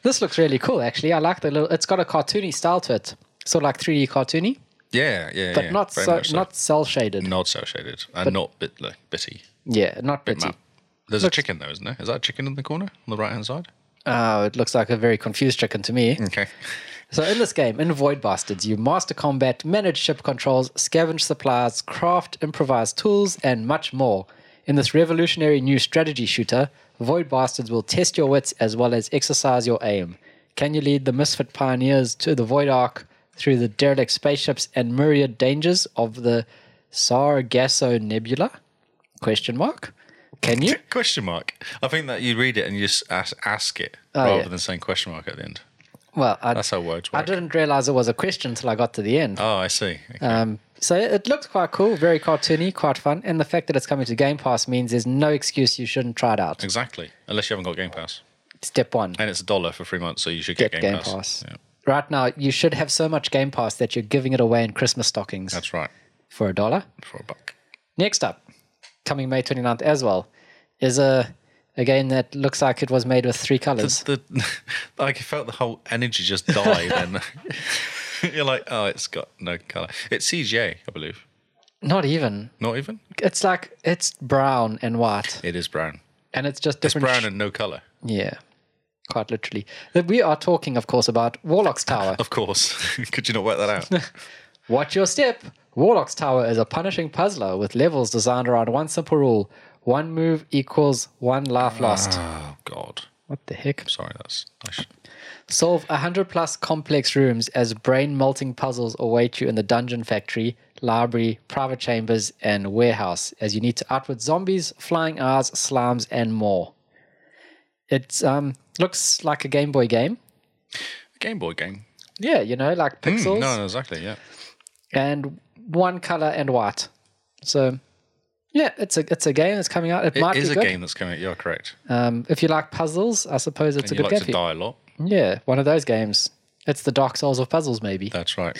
Speaker 2: This looks really cool, actually. I like the little. It's got a cartoony style to it, sort of like 3D cartoony,
Speaker 1: Yeah, yeah,
Speaker 2: but
Speaker 1: yeah.
Speaker 2: not
Speaker 1: very
Speaker 2: so,
Speaker 1: much
Speaker 2: not cell shaded.
Speaker 1: not so shaded and not bit like, bitty.
Speaker 2: Yeah, not pretty.
Speaker 1: Map. There's a chicken though, isn't there? Is that a chicken in the corner on the right hand side?
Speaker 2: Oh, it looks like a very confused chicken to me.
Speaker 1: Okay.
Speaker 2: So in this game, in Void Bastards, you master combat, manage ship controls, scavenge supplies, craft improvised tools, and much more. In this revolutionary new strategy shooter, Void Bastards will test your wits as well as exercise your aim. Can you lead the misfit pioneers to the Void Arc through the derelict spaceships and myriad dangers of the Sargasso Nebula? Question mark. Can you?
Speaker 1: Question mark. I think that you read it and you just ask, ask it
Speaker 2: Oh,
Speaker 1: rather
Speaker 2: yeah.
Speaker 1: than saying question mark at the end.
Speaker 2: Well, I,
Speaker 1: That's how words
Speaker 2: I
Speaker 1: work.
Speaker 2: didn't realize it was a question until I got to the end.
Speaker 1: Oh, I see. Okay.
Speaker 2: Um, so it looks quite cool, very cartoony, quite fun, and the fact that it's coming to Game Pass means there's no excuse you shouldn't try it out.
Speaker 1: exactly. Unless you haven't got Game Pass,
Speaker 2: Step one,
Speaker 1: and it's a dollar for three months, so you should
Speaker 2: get
Speaker 1: get,
Speaker 2: Game Pass. Right now, you should have so much Game Pass that you're giving it away in Christmas stockings
Speaker 1: That's right.
Speaker 2: for a dollar.
Speaker 1: For a buck.
Speaker 2: Next up, coming May 29th as well, is a a game that looks like it was made with three colors.
Speaker 1: The, I felt the whole energy just die. then you're like, oh, it's got no color. It's CGA, I believe.
Speaker 2: Not even.
Speaker 1: Not even.
Speaker 2: It's like it's brown and white,
Speaker 1: It is brown.
Speaker 2: and it's just different.
Speaker 1: Brown and no color.
Speaker 2: yeah, quite literally. We are talking, of course, about Warlock's Tower.
Speaker 1: Of course. Could you not work that out?
Speaker 2: Watch your step. Warlock's Tower is a punishing puzzler with levels designed around one simple rule one move equals one life lost.
Speaker 1: oh God.
Speaker 2: Ah, What the heck?
Speaker 1: Sorry, that's. I should,
Speaker 2: Solve 100 plus complex rooms as brain melting puzzles await you in the dungeon factory, library, private chambers, and warehouse as you need to outwit zombies, flying R's, slimes, and more. It um, looks like a Game Boy game.
Speaker 1: Game Boy game.
Speaker 2: Yeah, you know, like
Speaker 1: Hmm,
Speaker 2: pixels.
Speaker 1: no, no, exactly. Yeah.
Speaker 2: and one color and white. So Yeah, it's a it's a game that's coming out. It, might
Speaker 1: It is
Speaker 2: be
Speaker 1: a
Speaker 2: good.
Speaker 1: game that's coming out. You're correct.
Speaker 2: Um, if you like puzzles, I suppose it's
Speaker 1: and
Speaker 2: a
Speaker 1: you
Speaker 2: good
Speaker 1: like to
Speaker 2: game.
Speaker 1: die a lot.
Speaker 2: for you. Yeah, one of those games. It's the Dark Souls of puzzles, maybe.
Speaker 1: That's right.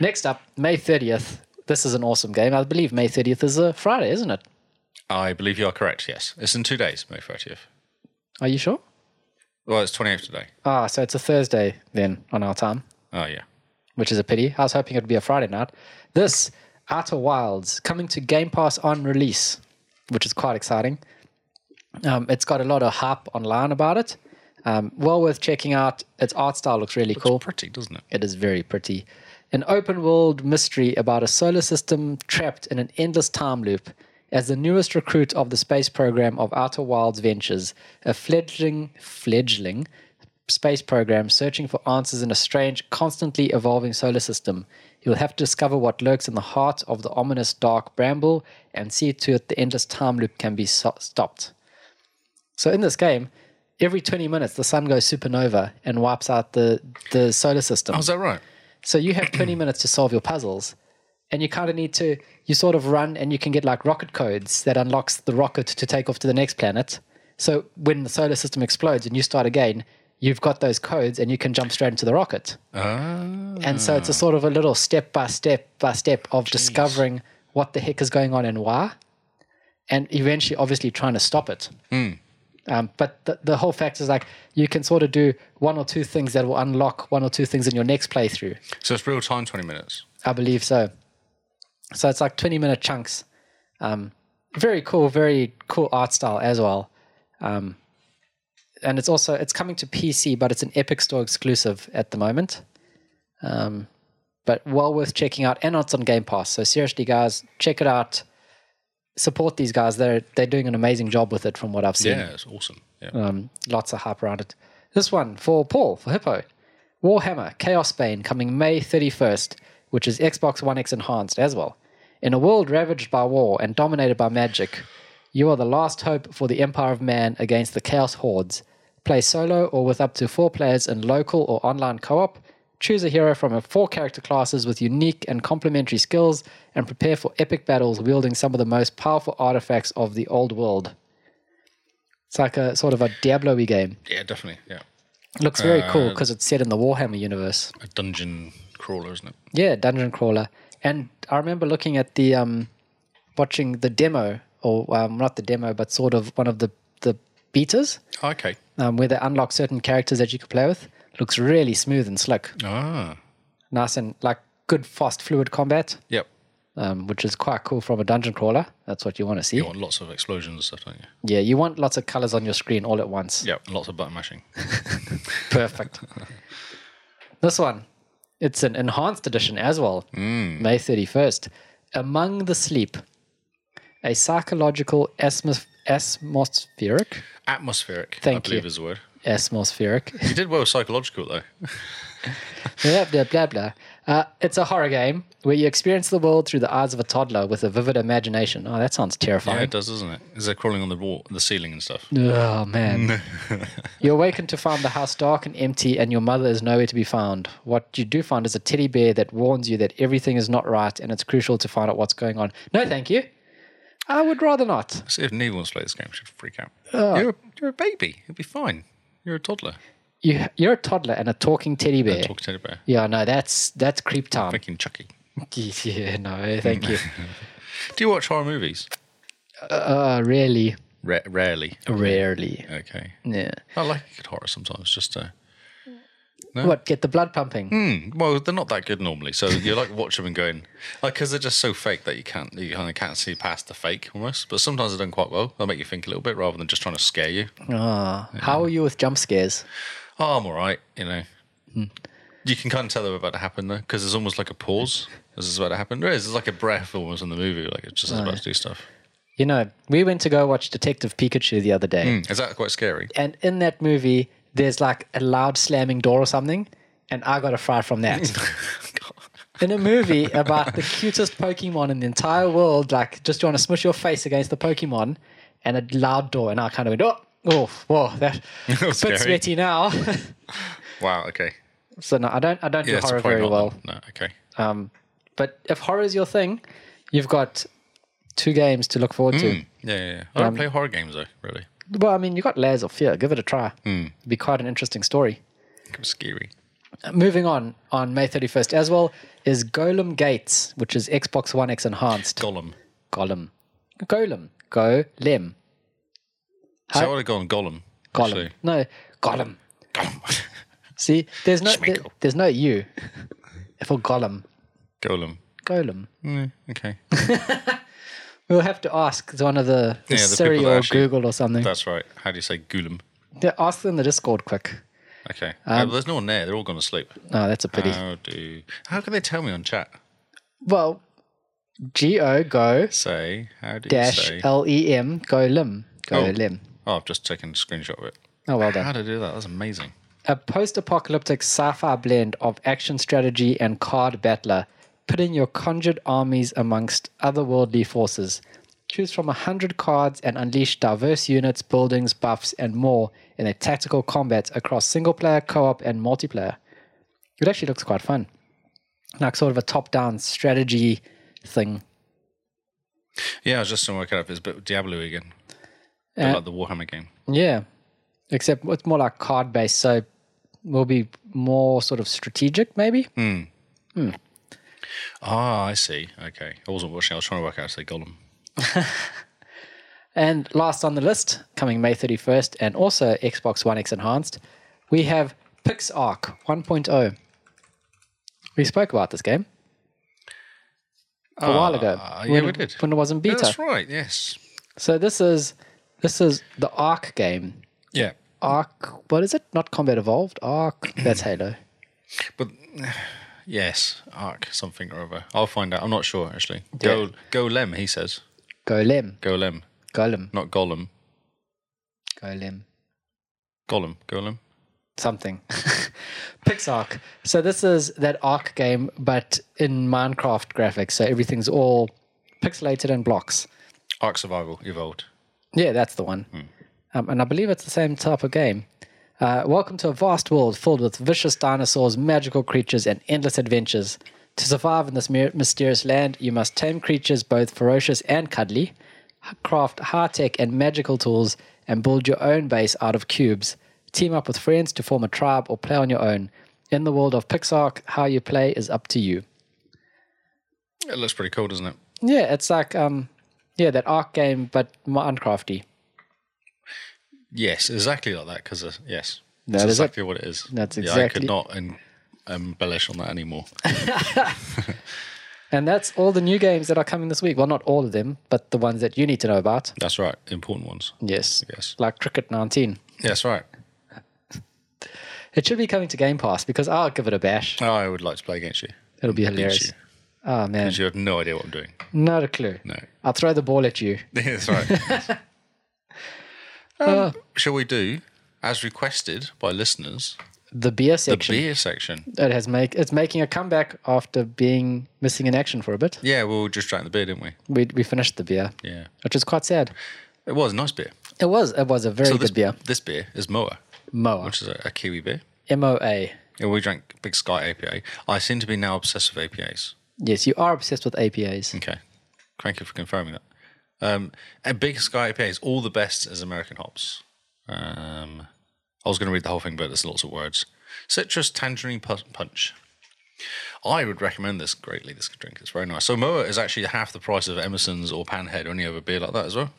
Speaker 2: Next up, May thirtieth. This is an awesome game. I believe May thirtieth is a Friday, isn't it?
Speaker 1: I believe you're correct, yes. It's in two days, May 30th.
Speaker 2: Are you sure?
Speaker 1: Well, it's 28th today.
Speaker 2: Ah, so it's a Thursday then on our time.
Speaker 1: Oh, yeah.
Speaker 2: which is a pity. I was hoping it would be a Friday night. This Outer Wilds coming to Game Pass on release, which is quite exciting. Um, it's got a lot of hype online about it. Um, well worth checking out. Its art style looks really cool.
Speaker 1: Pretty, doesn't it?
Speaker 2: It is very pretty. An open world mystery about a solar system trapped in an endless time loop. As the newest recruit of the space program of Outer Wilds Ventures, a fledgling, fledgling space program searching for answers in a strange, constantly evolving solar system, you'll have to discover what lurks in the heart of the ominous dark bramble and see to it the endless time loop can be so- stopped. So in this game, every 20 minutes the sun goes supernova and wipes out the, the solar system.
Speaker 1: Oh, is that right?
Speaker 2: So you have 20 minutes to solve your puzzles. And you kind of need to, you sort of run and you can get like rocket codes that unlocks the rocket to take off to the next planet. So when the solar system explodes and you start again, you've got those codes and you can jump straight into the rocket.
Speaker 1: Ah,
Speaker 2: And so it's a sort of a little step by step by step of discovering what the heck is going on and why, and eventually, obviously, trying to stop it. Um, but the, the whole fact is like you can sort of do one or two things that will unlock one or two things in your next playthrough.
Speaker 1: so it's real time, 20 minutes.
Speaker 2: I believe so. So it's like 20 minute chunks. Um, very cool, very cool art style as well. Um, and it's also it's coming to PC, but it's an Epic Store exclusive at the moment. Um, but well worth checking out, and it's on Game Pass. So seriously, guys, check it out. Support these guys; they're they're doing an amazing job with it, from what I've seen.
Speaker 1: Yeah, it's awesome. Yeah.
Speaker 2: Um, lots of hype around it. This one for Paul, for Hippo. Warhammer Chaos Bane coming May 31st, which is Xbox One X enhanced as well. In a world ravaged by war and dominated by magic, you are the last hope for the empire of man against the chaos hordes. Play solo or with up to four players in local or online co op. Choose a hero from four character classes with unique and complementary skills and prepare for epic battles wielding some of the most powerful artifacts of the old world. It's like a sort of a Diablo y game.
Speaker 1: yeah, definitely. Yeah.
Speaker 2: Looks very cool because it's set in the Warhammer universe.
Speaker 1: A dungeon crawler, isn't it?
Speaker 2: Yeah, dungeon crawler. And I remember looking at the um, watching the demo, or um, not the demo, but sort of one of the the beaters
Speaker 1: Okay.
Speaker 2: um, where they unlock certain characters that you could play with. Looks really smooth and slick,
Speaker 1: Ah,
Speaker 2: nice and like good, fast, fluid combat,
Speaker 1: yep.
Speaker 2: um, which is quite cool from a dungeon crawler. That's what you want to see.
Speaker 1: You want lots of explosions and stuff, don't you?
Speaker 2: Yeah, you want lots of colors on your screen all at once.
Speaker 1: Yep. And lots of button mashing.
Speaker 2: Perfect. this one, it's an enhanced edition as well, May 31st. Among the Sleep, a psychological asmos- atmospheric,
Speaker 1: Atmospheric, I
Speaker 2: Thank
Speaker 1: believe
Speaker 2: you.
Speaker 1: is the word.
Speaker 2: atmospheric,
Speaker 1: You did well with psychological, though.
Speaker 2: blah, blah, blah, blah. Uh, it's a horror game where you experience the world through the eyes of a toddler with a vivid imagination. Oh, that sounds
Speaker 1: Yeah,
Speaker 2: terrifying.
Speaker 1: it does, doesn't it? Is there crawling on the wall, the ceiling and stuff?
Speaker 2: Oh, man. you awaken to find the house dark and empty, and your mother is nowhere to be found. What you do find is a teddy bear that warns you that everything is not right, and it's crucial to find out what's going on. No, thank you. I would rather not.
Speaker 1: See if Neil wants to play this game, she'd freak out.
Speaker 2: Uh.
Speaker 1: You're, a, you're a baby. It'll be fine. You're a toddler.
Speaker 2: You, you're a toddler and a talking teddy bear.
Speaker 1: Talk to bear.
Speaker 2: yeah, no, that's that's creep time.
Speaker 1: Thinking Chucky.
Speaker 2: yeah, no, thank you.
Speaker 1: Do you watch horror movies?
Speaker 2: Uh, rarely,
Speaker 1: Ra- rarely.
Speaker 2: Oh. rarely.
Speaker 1: Okay.
Speaker 2: Yeah.
Speaker 1: I like good horror sometimes. Just uh,
Speaker 2: What? Get the blood pumping?
Speaker 1: hmm, well, they're not that good normally. So you like watch them and going like because they're just so fake that you can't you kind of can't see past the fake almost. But sometimes they're done quite well. They make you think a little bit rather than just trying to scare you.
Speaker 2: Ah, How are you with jump scares?
Speaker 1: Oh, I'm all right. You know, you can kind of tell they're about to happen though because there's almost like a pause as it's about to happen. There is. There's like a breath almost in the movie. Like it's just about to do stuff.
Speaker 2: You know, we went to go watch Detective Pikachu the other day.
Speaker 1: Hmm, Is that quite scary?
Speaker 2: and in that movie there's like a loud slamming door or something and i got a fright from that in a movie about the cutest pokemon in the entire world like just trying to smush your face against the pokemon and a loud door and i kind of went oh oh whoa that bit
Speaker 1: was scary.
Speaker 2: sweaty now
Speaker 1: Wow. Okay.
Speaker 2: so no i don't i don't do
Speaker 1: it's
Speaker 2: horror
Speaker 1: probably
Speaker 2: very
Speaker 1: not
Speaker 2: well
Speaker 1: then. No. Okay.
Speaker 2: um, but if horror is your thing, you've got two games to look forward to.
Speaker 1: Yeah, yeah, yeah. I don't play horror games though, really.
Speaker 2: Well, I mean, you got layers of fear. Give it a try.
Speaker 1: Hmm.
Speaker 2: It'd be quite an interesting story.
Speaker 1: It was scary.
Speaker 2: Uh, Moving on, on May 31st as well, is Golem Gates, which is Xbox One X enhanced.
Speaker 1: Gollum.
Speaker 2: Golem. Golem. Golem.
Speaker 1: So I would have gone Gollum.
Speaker 2: Golem. No, Golem.
Speaker 1: Gollum.
Speaker 2: See, there's no
Speaker 1: Schmeagle.
Speaker 2: there- there's no U for Golem.
Speaker 1: Golem.
Speaker 2: Golem.
Speaker 1: Mm, okay.
Speaker 2: Mm-hmm. We'll have to ask one of the,
Speaker 1: Yeah, the
Speaker 2: the
Speaker 1: people
Speaker 2: Siri
Speaker 1: that
Speaker 2: or
Speaker 1: actually-
Speaker 2: Google or something.
Speaker 1: That's right. How do you say Gollum?
Speaker 2: Yeah, ask them in the Discord quick.
Speaker 1: Okay. Uh,
Speaker 2: Um,
Speaker 1: but there's no one there. They're all gone to sleep.
Speaker 2: No, that's a pity.
Speaker 1: How do? How can they tell me on chat?
Speaker 2: well, G O go
Speaker 1: Say how do you
Speaker 2: dash
Speaker 1: say?
Speaker 2: L E M go lim go
Speaker 1: Oh.
Speaker 2: lim.
Speaker 1: oh, I've just taken a screenshot of it.
Speaker 2: Oh, well done.
Speaker 1: How to do that? That's amazing.
Speaker 2: A post-apocalyptic sci-fi blend of action strategy and card battler, pitting your conjured armies amongst otherworldly forces. Choose from a hundred cards and unleash diverse units, buildings, buffs, and more in a tactical combat across single-player, co-op, and multiplayer. It actually looks quite fun, like sort of a top-down strategy thing.
Speaker 1: Yeah, I was just trying to work out if it's a bit Diablo again, A bit
Speaker 2: Uh,
Speaker 1: like the Warhammer game.
Speaker 2: Yeah, except it's more like card-based, so will be more sort of strategic, maybe.
Speaker 1: Ah, I see. Okay, I wasn't watching. I was trying to work out how to say Gollum.
Speaker 2: And last on the list, coming May 31st, and also Xbox One X Enhanced, we have PixArc 1.0. oh. We spoke about this game a while ago.
Speaker 1: Ah,
Speaker 2: when
Speaker 1: yeah, we
Speaker 2: it-
Speaker 1: did.
Speaker 2: When it was in beta.
Speaker 1: That's right. Yes.
Speaker 2: So this is this is the Arc game.
Speaker 1: Yeah,
Speaker 2: Arc, what is it? Not Combat Evolved. Arc. That's Halo.
Speaker 1: but yes, Ark something or other. I'll find out. I'm not sure actually. Go Golem, he says.
Speaker 2: Golem.
Speaker 1: Golem,
Speaker 2: Golem.
Speaker 1: not Gollum.
Speaker 2: Golem.
Speaker 1: Gollum, Golem.
Speaker 2: something. PixArc. So this is that Arc game, but in Minecraft graphics. So everything's all pixelated and blocks.
Speaker 1: Ark Survival evolved.
Speaker 2: Yeah, that's the one. Um, and I believe it's the same type of game. Uh, welcome to a vast world filled with vicious dinosaurs, magical creatures, and endless adventures. To survive in this mer- mysterious land, you must tame creatures both ferocious and cuddly, h- craft high tech and magical tools, and build your own base out of cubes. Team up with friends to form a tribe or play on your own. In the world of Pixark, how you play is up to you.
Speaker 1: It looks pretty cool, doesn't it?
Speaker 2: Yeah, it's like um, yeah, that arc game, but Minecrafty.
Speaker 1: Yes, exactly like that. Because yes,
Speaker 2: That
Speaker 1: that's
Speaker 2: is it.
Speaker 1: exactly what it is.
Speaker 2: That's
Speaker 1: Yeah, I
Speaker 2: exactly-
Speaker 1: could not em- embellish on that anymore.
Speaker 2: And that's all the new games that are coming this week. Well, not all of them, but the ones that you need to know about.
Speaker 1: That's right. Important ones.
Speaker 2: Yes.
Speaker 1: Yes.
Speaker 2: Like Cricket 19.
Speaker 1: Yes, right.
Speaker 2: It should be coming to Game Pass because I'll give it a bash.
Speaker 1: Oh, I would like to play against you.
Speaker 2: It'll be
Speaker 1: Beat
Speaker 2: hilarious.
Speaker 1: you.
Speaker 2: Oh, man.
Speaker 1: You have no idea what I'm doing.
Speaker 2: Not a clue.
Speaker 1: No.
Speaker 2: I'll throw the ball at you.
Speaker 1: That's right. Um, shall we do, as requested by listeners,
Speaker 2: The beer
Speaker 1: the
Speaker 2: section.
Speaker 1: beer section?
Speaker 2: It has make it's making a comeback after being missing in action for a bit.
Speaker 1: Yeah, we were just drank the beer, didn't we?
Speaker 2: We we finished the beer,
Speaker 1: Yeah.
Speaker 2: which is quite sad.
Speaker 1: It was a nice beer.
Speaker 2: It was it was a very
Speaker 1: this
Speaker 2: good beer.
Speaker 1: This beer is Moa,
Speaker 2: Moa.
Speaker 1: which is a, a Kiwi beer.
Speaker 2: M O A.
Speaker 1: Yeah, we drank Big Sky APA. I seem to be now obsessed with APAs.
Speaker 2: Yes, you are obsessed with APAs.
Speaker 1: Okay. Thank you for confirming that. Um, and Big Sky IPA is all the best as American hops. Um, I was going to read the whole thing, but there's lots of words. Citrus tangerine pu- punch. I would recommend this greatly. This drink It's very nice. So Moa is actually half the price of Emerson's or Panhead or any other beer like that as well.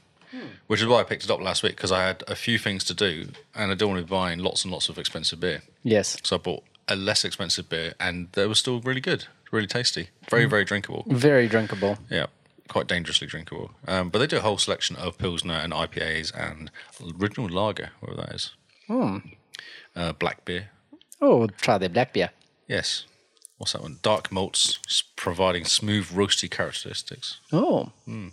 Speaker 1: Which is why I picked it up last week because I had a few things to do and I don't want to be buying lots and lots of expensive beer.
Speaker 2: Yes.
Speaker 1: So I bought a less expensive beer and they were still really good, really tasty, very, very drinkable.
Speaker 2: Very drinkable.
Speaker 1: Yeah, quite dangerously drinkable. Um, but they do a whole selection of Pilsner and IPAs and original lager, whatever that is.
Speaker 2: Hmm.
Speaker 1: Uh, black beer.
Speaker 2: Oh, try their black beer.
Speaker 1: Yes. What's that one? Dark malts s- providing smooth, roasty characteristics.
Speaker 2: Oh.
Speaker 1: An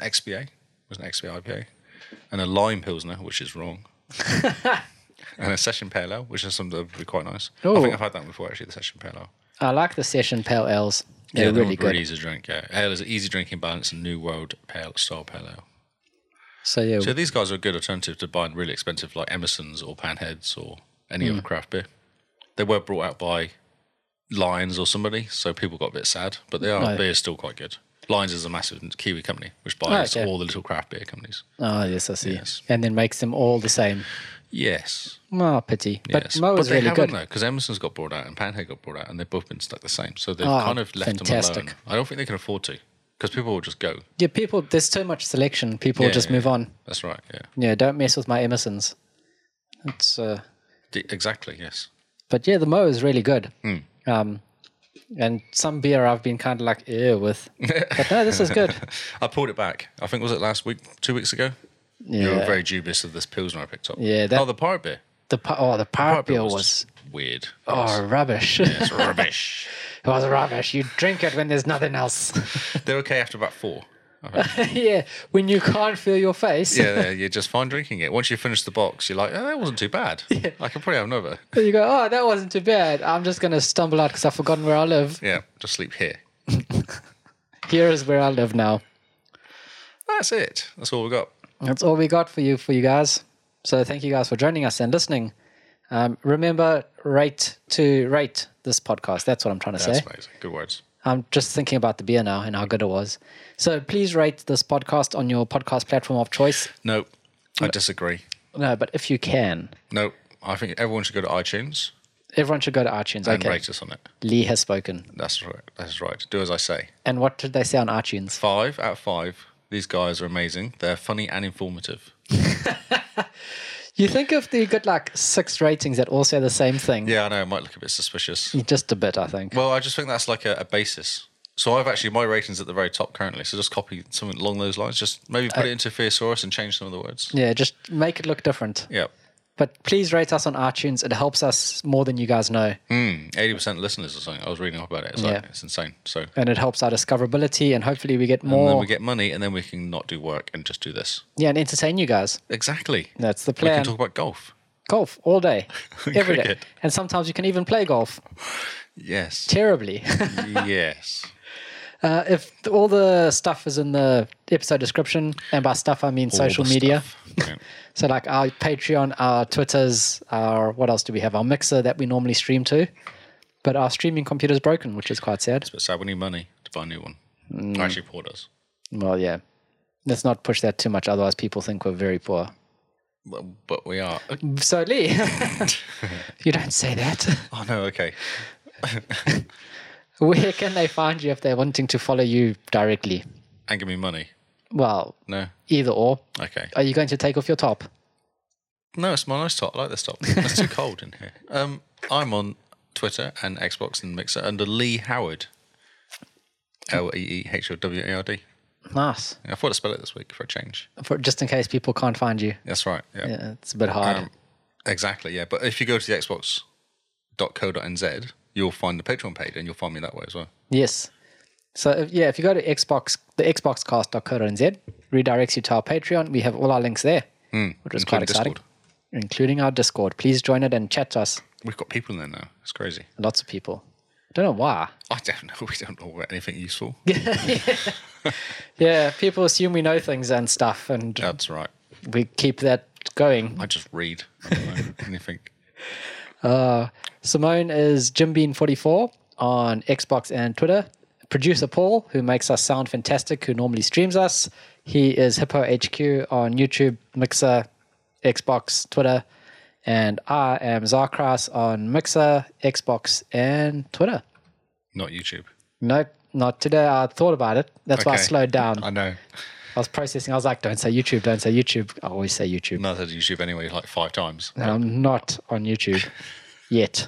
Speaker 1: XBA, was an XBA IPA. And a lime Pilsner, which is wrong. and a session pale ale, which is something that would be quite nice. I
Speaker 2: Oh.
Speaker 1: think I've had that before, actually, the session pale ale.
Speaker 2: I like the session pale ales. They're
Speaker 1: that
Speaker 2: really
Speaker 1: one's
Speaker 2: good.
Speaker 1: really easy to drink. Yeah, ale is an easy drinking balance and new world pale style pale ale.
Speaker 2: So yeah,
Speaker 1: So these guys are a good alternative to buying really expensive like Emerson's or Panheads or any
Speaker 2: Hmm.
Speaker 1: other craft beer. They were brought out by Lions or somebody, so people got a bit sad, but they are
Speaker 2: No.
Speaker 1: they're still quite good. Lines is a massive Kiwi company which buys
Speaker 2: okay.
Speaker 1: all the little craft beer companies.
Speaker 2: Oh, yes, I see.
Speaker 1: Yes.
Speaker 2: And then makes them all the same.
Speaker 1: Yes,
Speaker 2: Oh, pity. But
Speaker 1: yes.
Speaker 2: Mo is
Speaker 1: they
Speaker 2: really
Speaker 1: haven't
Speaker 2: good.
Speaker 1: though, because Emerson's got brought out and Panhead got brought out, and they've both been stuck the same. So they've
Speaker 2: Oh,
Speaker 1: kind of left them
Speaker 2: fantastic.
Speaker 1: alone. I don't think they can afford to, because people will just go.
Speaker 2: Yeah, people, there's so much selection. People
Speaker 1: Yeah,
Speaker 2: just
Speaker 1: yeah,
Speaker 2: move
Speaker 1: yeah.
Speaker 2: on.
Speaker 1: That's right. Yeah.
Speaker 2: Yeah, don't mess with my Emersons. It's, uh,
Speaker 1: D- exactly. Yes.
Speaker 2: but yeah, the Mo is really good.
Speaker 1: Hmm.
Speaker 2: Um, and some beer I've been kind of like, ew, with. But no, this is good.
Speaker 1: I pulled it back. I think was it last week, two weeks ago. You were
Speaker 2: Yeah.
Speaker 1: very dubious of this pilsner I picked up.
Speaker 2: Yeah, that-
Speaker 1: oh, the pirate beer.
Speaker 2: The, pi- oh, the
Speaker 1: Pirate
Speaker 2: pirate beer was,
Speaker 1: just weird.
Speaker 2: oh, rubbish.
Speaker 1: It's rubbish.
Speaker 2: It was rubbish. You drink it when there's nothing else.
Speaker 1: They're okay after about four. I think.
Speaker 2: yeah, when you can't feel your face.
Speaker 1: yeah, yeah, you're just fine drinking it. Once you finish the box, you're like, oh, that wasn't too bad. I can probably have another.
Speaker 2: You go, oh, that wasn't too bad. I'm just going to stumble out because I've forgotten where I live.
Speaker 1: Yeah, just sleep here.
Speaker 2: Here is where I live now.
Speaker 1: That's it. That's all we got.
Speaker 2: That's all we got for you, for you guys. So thank you guys for joining us and listening. Um, remember, rate to rate this podcast. That's what I'm trying to
Speaker 1: That's
Speaker 2: say.
Speaker 1: amazing. Good words.
Speaker 2: I'm just thinking about the beer now and how good it was. So please rate this podcast on your podcast platform of choice.
Speaker 1: Nope. I disagree.
Speaker 2: No, but if you can,
Speaker 1: Nope. I think everyone should go to iTunes
Speaker 2: everyone should go to iTunes.
Speaker 1: and
Speaker 2: Okay,
Speaker 1: rate us on it.
Speaker 2: Lee has spoken.
Speaker 1: That's right. That's right. Do as I say.
Speaker 2: And what did they say on iTunes?
Speaker 1: Five out of five. These guys are amazing. They're funny and informative.
Speaker 2: You think if they got like six ratings that all say the same thing,
Speaker 1: Yeah, I know. It might look a bit suspicious.
Speaker 2: just a bit, I think.
Speaker 1: Well, I just think that's like a, a basis. So I've actually my ratings at the very top currently. So just copy something along those lines. Just maybe
Speaker 2: Uh,
Speaker 1: put it into Theosaurus and change some of the words.
Speaker 2: Yeah, just make it look different.
Speaker 1: Yep.
Speaker 2: But please rate us on iTunes. It helps us more than you guys know.
Speaker 1: Eighty percent listeners or something. I was reading up about it. It's like
Speaker 2: Yeah.
Speaker 1: it's insane. So
Speaker 2: And it helps our discoverability. And hopefully we get
Speaker 1: and then
Speaker 2: more.
Speaker 1: we get money, and then we can not do work and just do this.
Speaker 2: yeah, and entertain you guys.
Speaker 1: Exactly.
Speaker 2: That's the
Speaker 1: We
Speaker 2: plan.
Speaker 1: can talk about golf.
Speaker 2: golf all day, every day.
Speaker 1: Cricket.
Speaker 2: And sometimes you can even play golf
Speaker 1: Yes.
Speaker 2: terribly.
Speaker 1: yes.
Speaker 2: uh, if th- all the stuff is in the episode description, and by stuff I mean
Speaker 1: All
Speaker 2: social
Speaker 1: the
Speaker 2: media.
Speaker 1: stuff. Brilliant.
Speaker 2: So like our Patreon, our Twitters, our what else do we have? Our mixer that we normally stream to, but our streaming computer's broken, which is quite sad.
Speaker 1: but sad, we need money to buy a new one.
Speaker 2: Mm.
Speaker 1: Actually, Paul does.
Speaker 2: Well, yeah, let's not push that too much, otherwise people think we're very poor.
Speaker 1: But, but we are.
Speaker 2: So Lee, you don't say that.
Speaker 1: Oh no. Okay.
Speaker 2: Where can they find you if they're wanting to follow you directly?
Speaker 1: And give me money.
Speaker 2: Well,
Speaker 1: No.
Speaker 2: either or.
Speaker 1: Okay.
Speaker 2: Are you going to take off your top?
Speaker 1: No, it's my nice top. I like this top. It's too cold in here. Um, I'm on Twitter and Xbox and Mixer under Lee Howard. L E E H O W A R D.
Speaker 2: Nice,
Speaker 1: I thought I'd spell it this week for a change.
Speaker 2: For, just in case people can't find you.
Speaker 1: That's right. Yeah.
Speaker 2: Yeah, it's a bit hard.
Speaker 1: Um, exactly. Yeah. But if you go to the Xbox.co.nz, you'll find the Patreon page and you'll find me that way as well.
Speaker 2: Yes. So if- yeah, if you go to Xbox, the xboxcast.co.nz redirects you to our Patreon. We have all our links there, which is quite
Speaker 1: including
Speaker 2: exciting, including our Discord. Please join it and chat to us.
Speaker 1: We've got people in there now. It's crazy.
Speaker 2: Lots of people. Don't know why.
Speaker 1: I don't know. We don't know about anything useful.
Speaker 2: Yeah, people assume we know things and stuff, and
Speaker 1: That's right.
Speaker 2: we keep that going.
Speaker 1: I just read. I don't know anything.
Speaker 2: Simone is JimBean44 on Xbox and Twitter. Producer Paul, who makes us sound fantastic, who normally streams us. He is Hippo HQ on YouTube, Mixer, Xbox, Twitter. And I am Zarkras on Mixer, Xbox, and Twitter.
Speaker 1: Not YouTube.
Speaker 2: Nope, not today. I thought about it. That's why I
Speaker 1: Okay.
Speaker 2: slowed down.
Speaker 1: I know.
Speaker 2: I was processing. I was like, don't say YouTube, don't say YouTube. I always say YouTube.
Speaker 1: No, I said YouTube anyway, like five times.
Speaker 2: and I'm not on YouTube yet.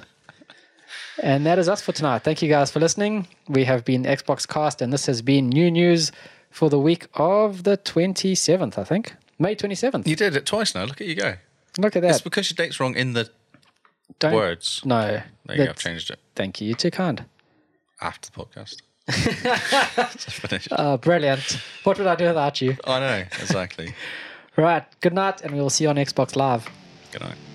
Speaker 2: And that is us for tonight. Thank you guys for listening. We have been Xbox Cast, and this has been new news for the week of the 27th, I think. May 27th.
Speaker 1: You did it twice now. Look at you go.
Speaker 2: Look at
Speaker 1: It's
Speaker 2: that.
Speaker 1: because your date's wrong in the
Speaker 2: Don't,
Speaker 1: words.
Speaker 2: No.
Speaker 1: There you go. I've
Speaker 2: that's-
Speaker 1: changed it
Speaker 2: Thank you. You're too kind.
Speaker 1: after the podcast. Just finished.
Speaker 2: Oh, brilliant. What would I do without you?
Speaker 1: I know exactly.
Speaker 2: Right. Good night, and we will see you on Xbox Live.
Speaker 1: Good night.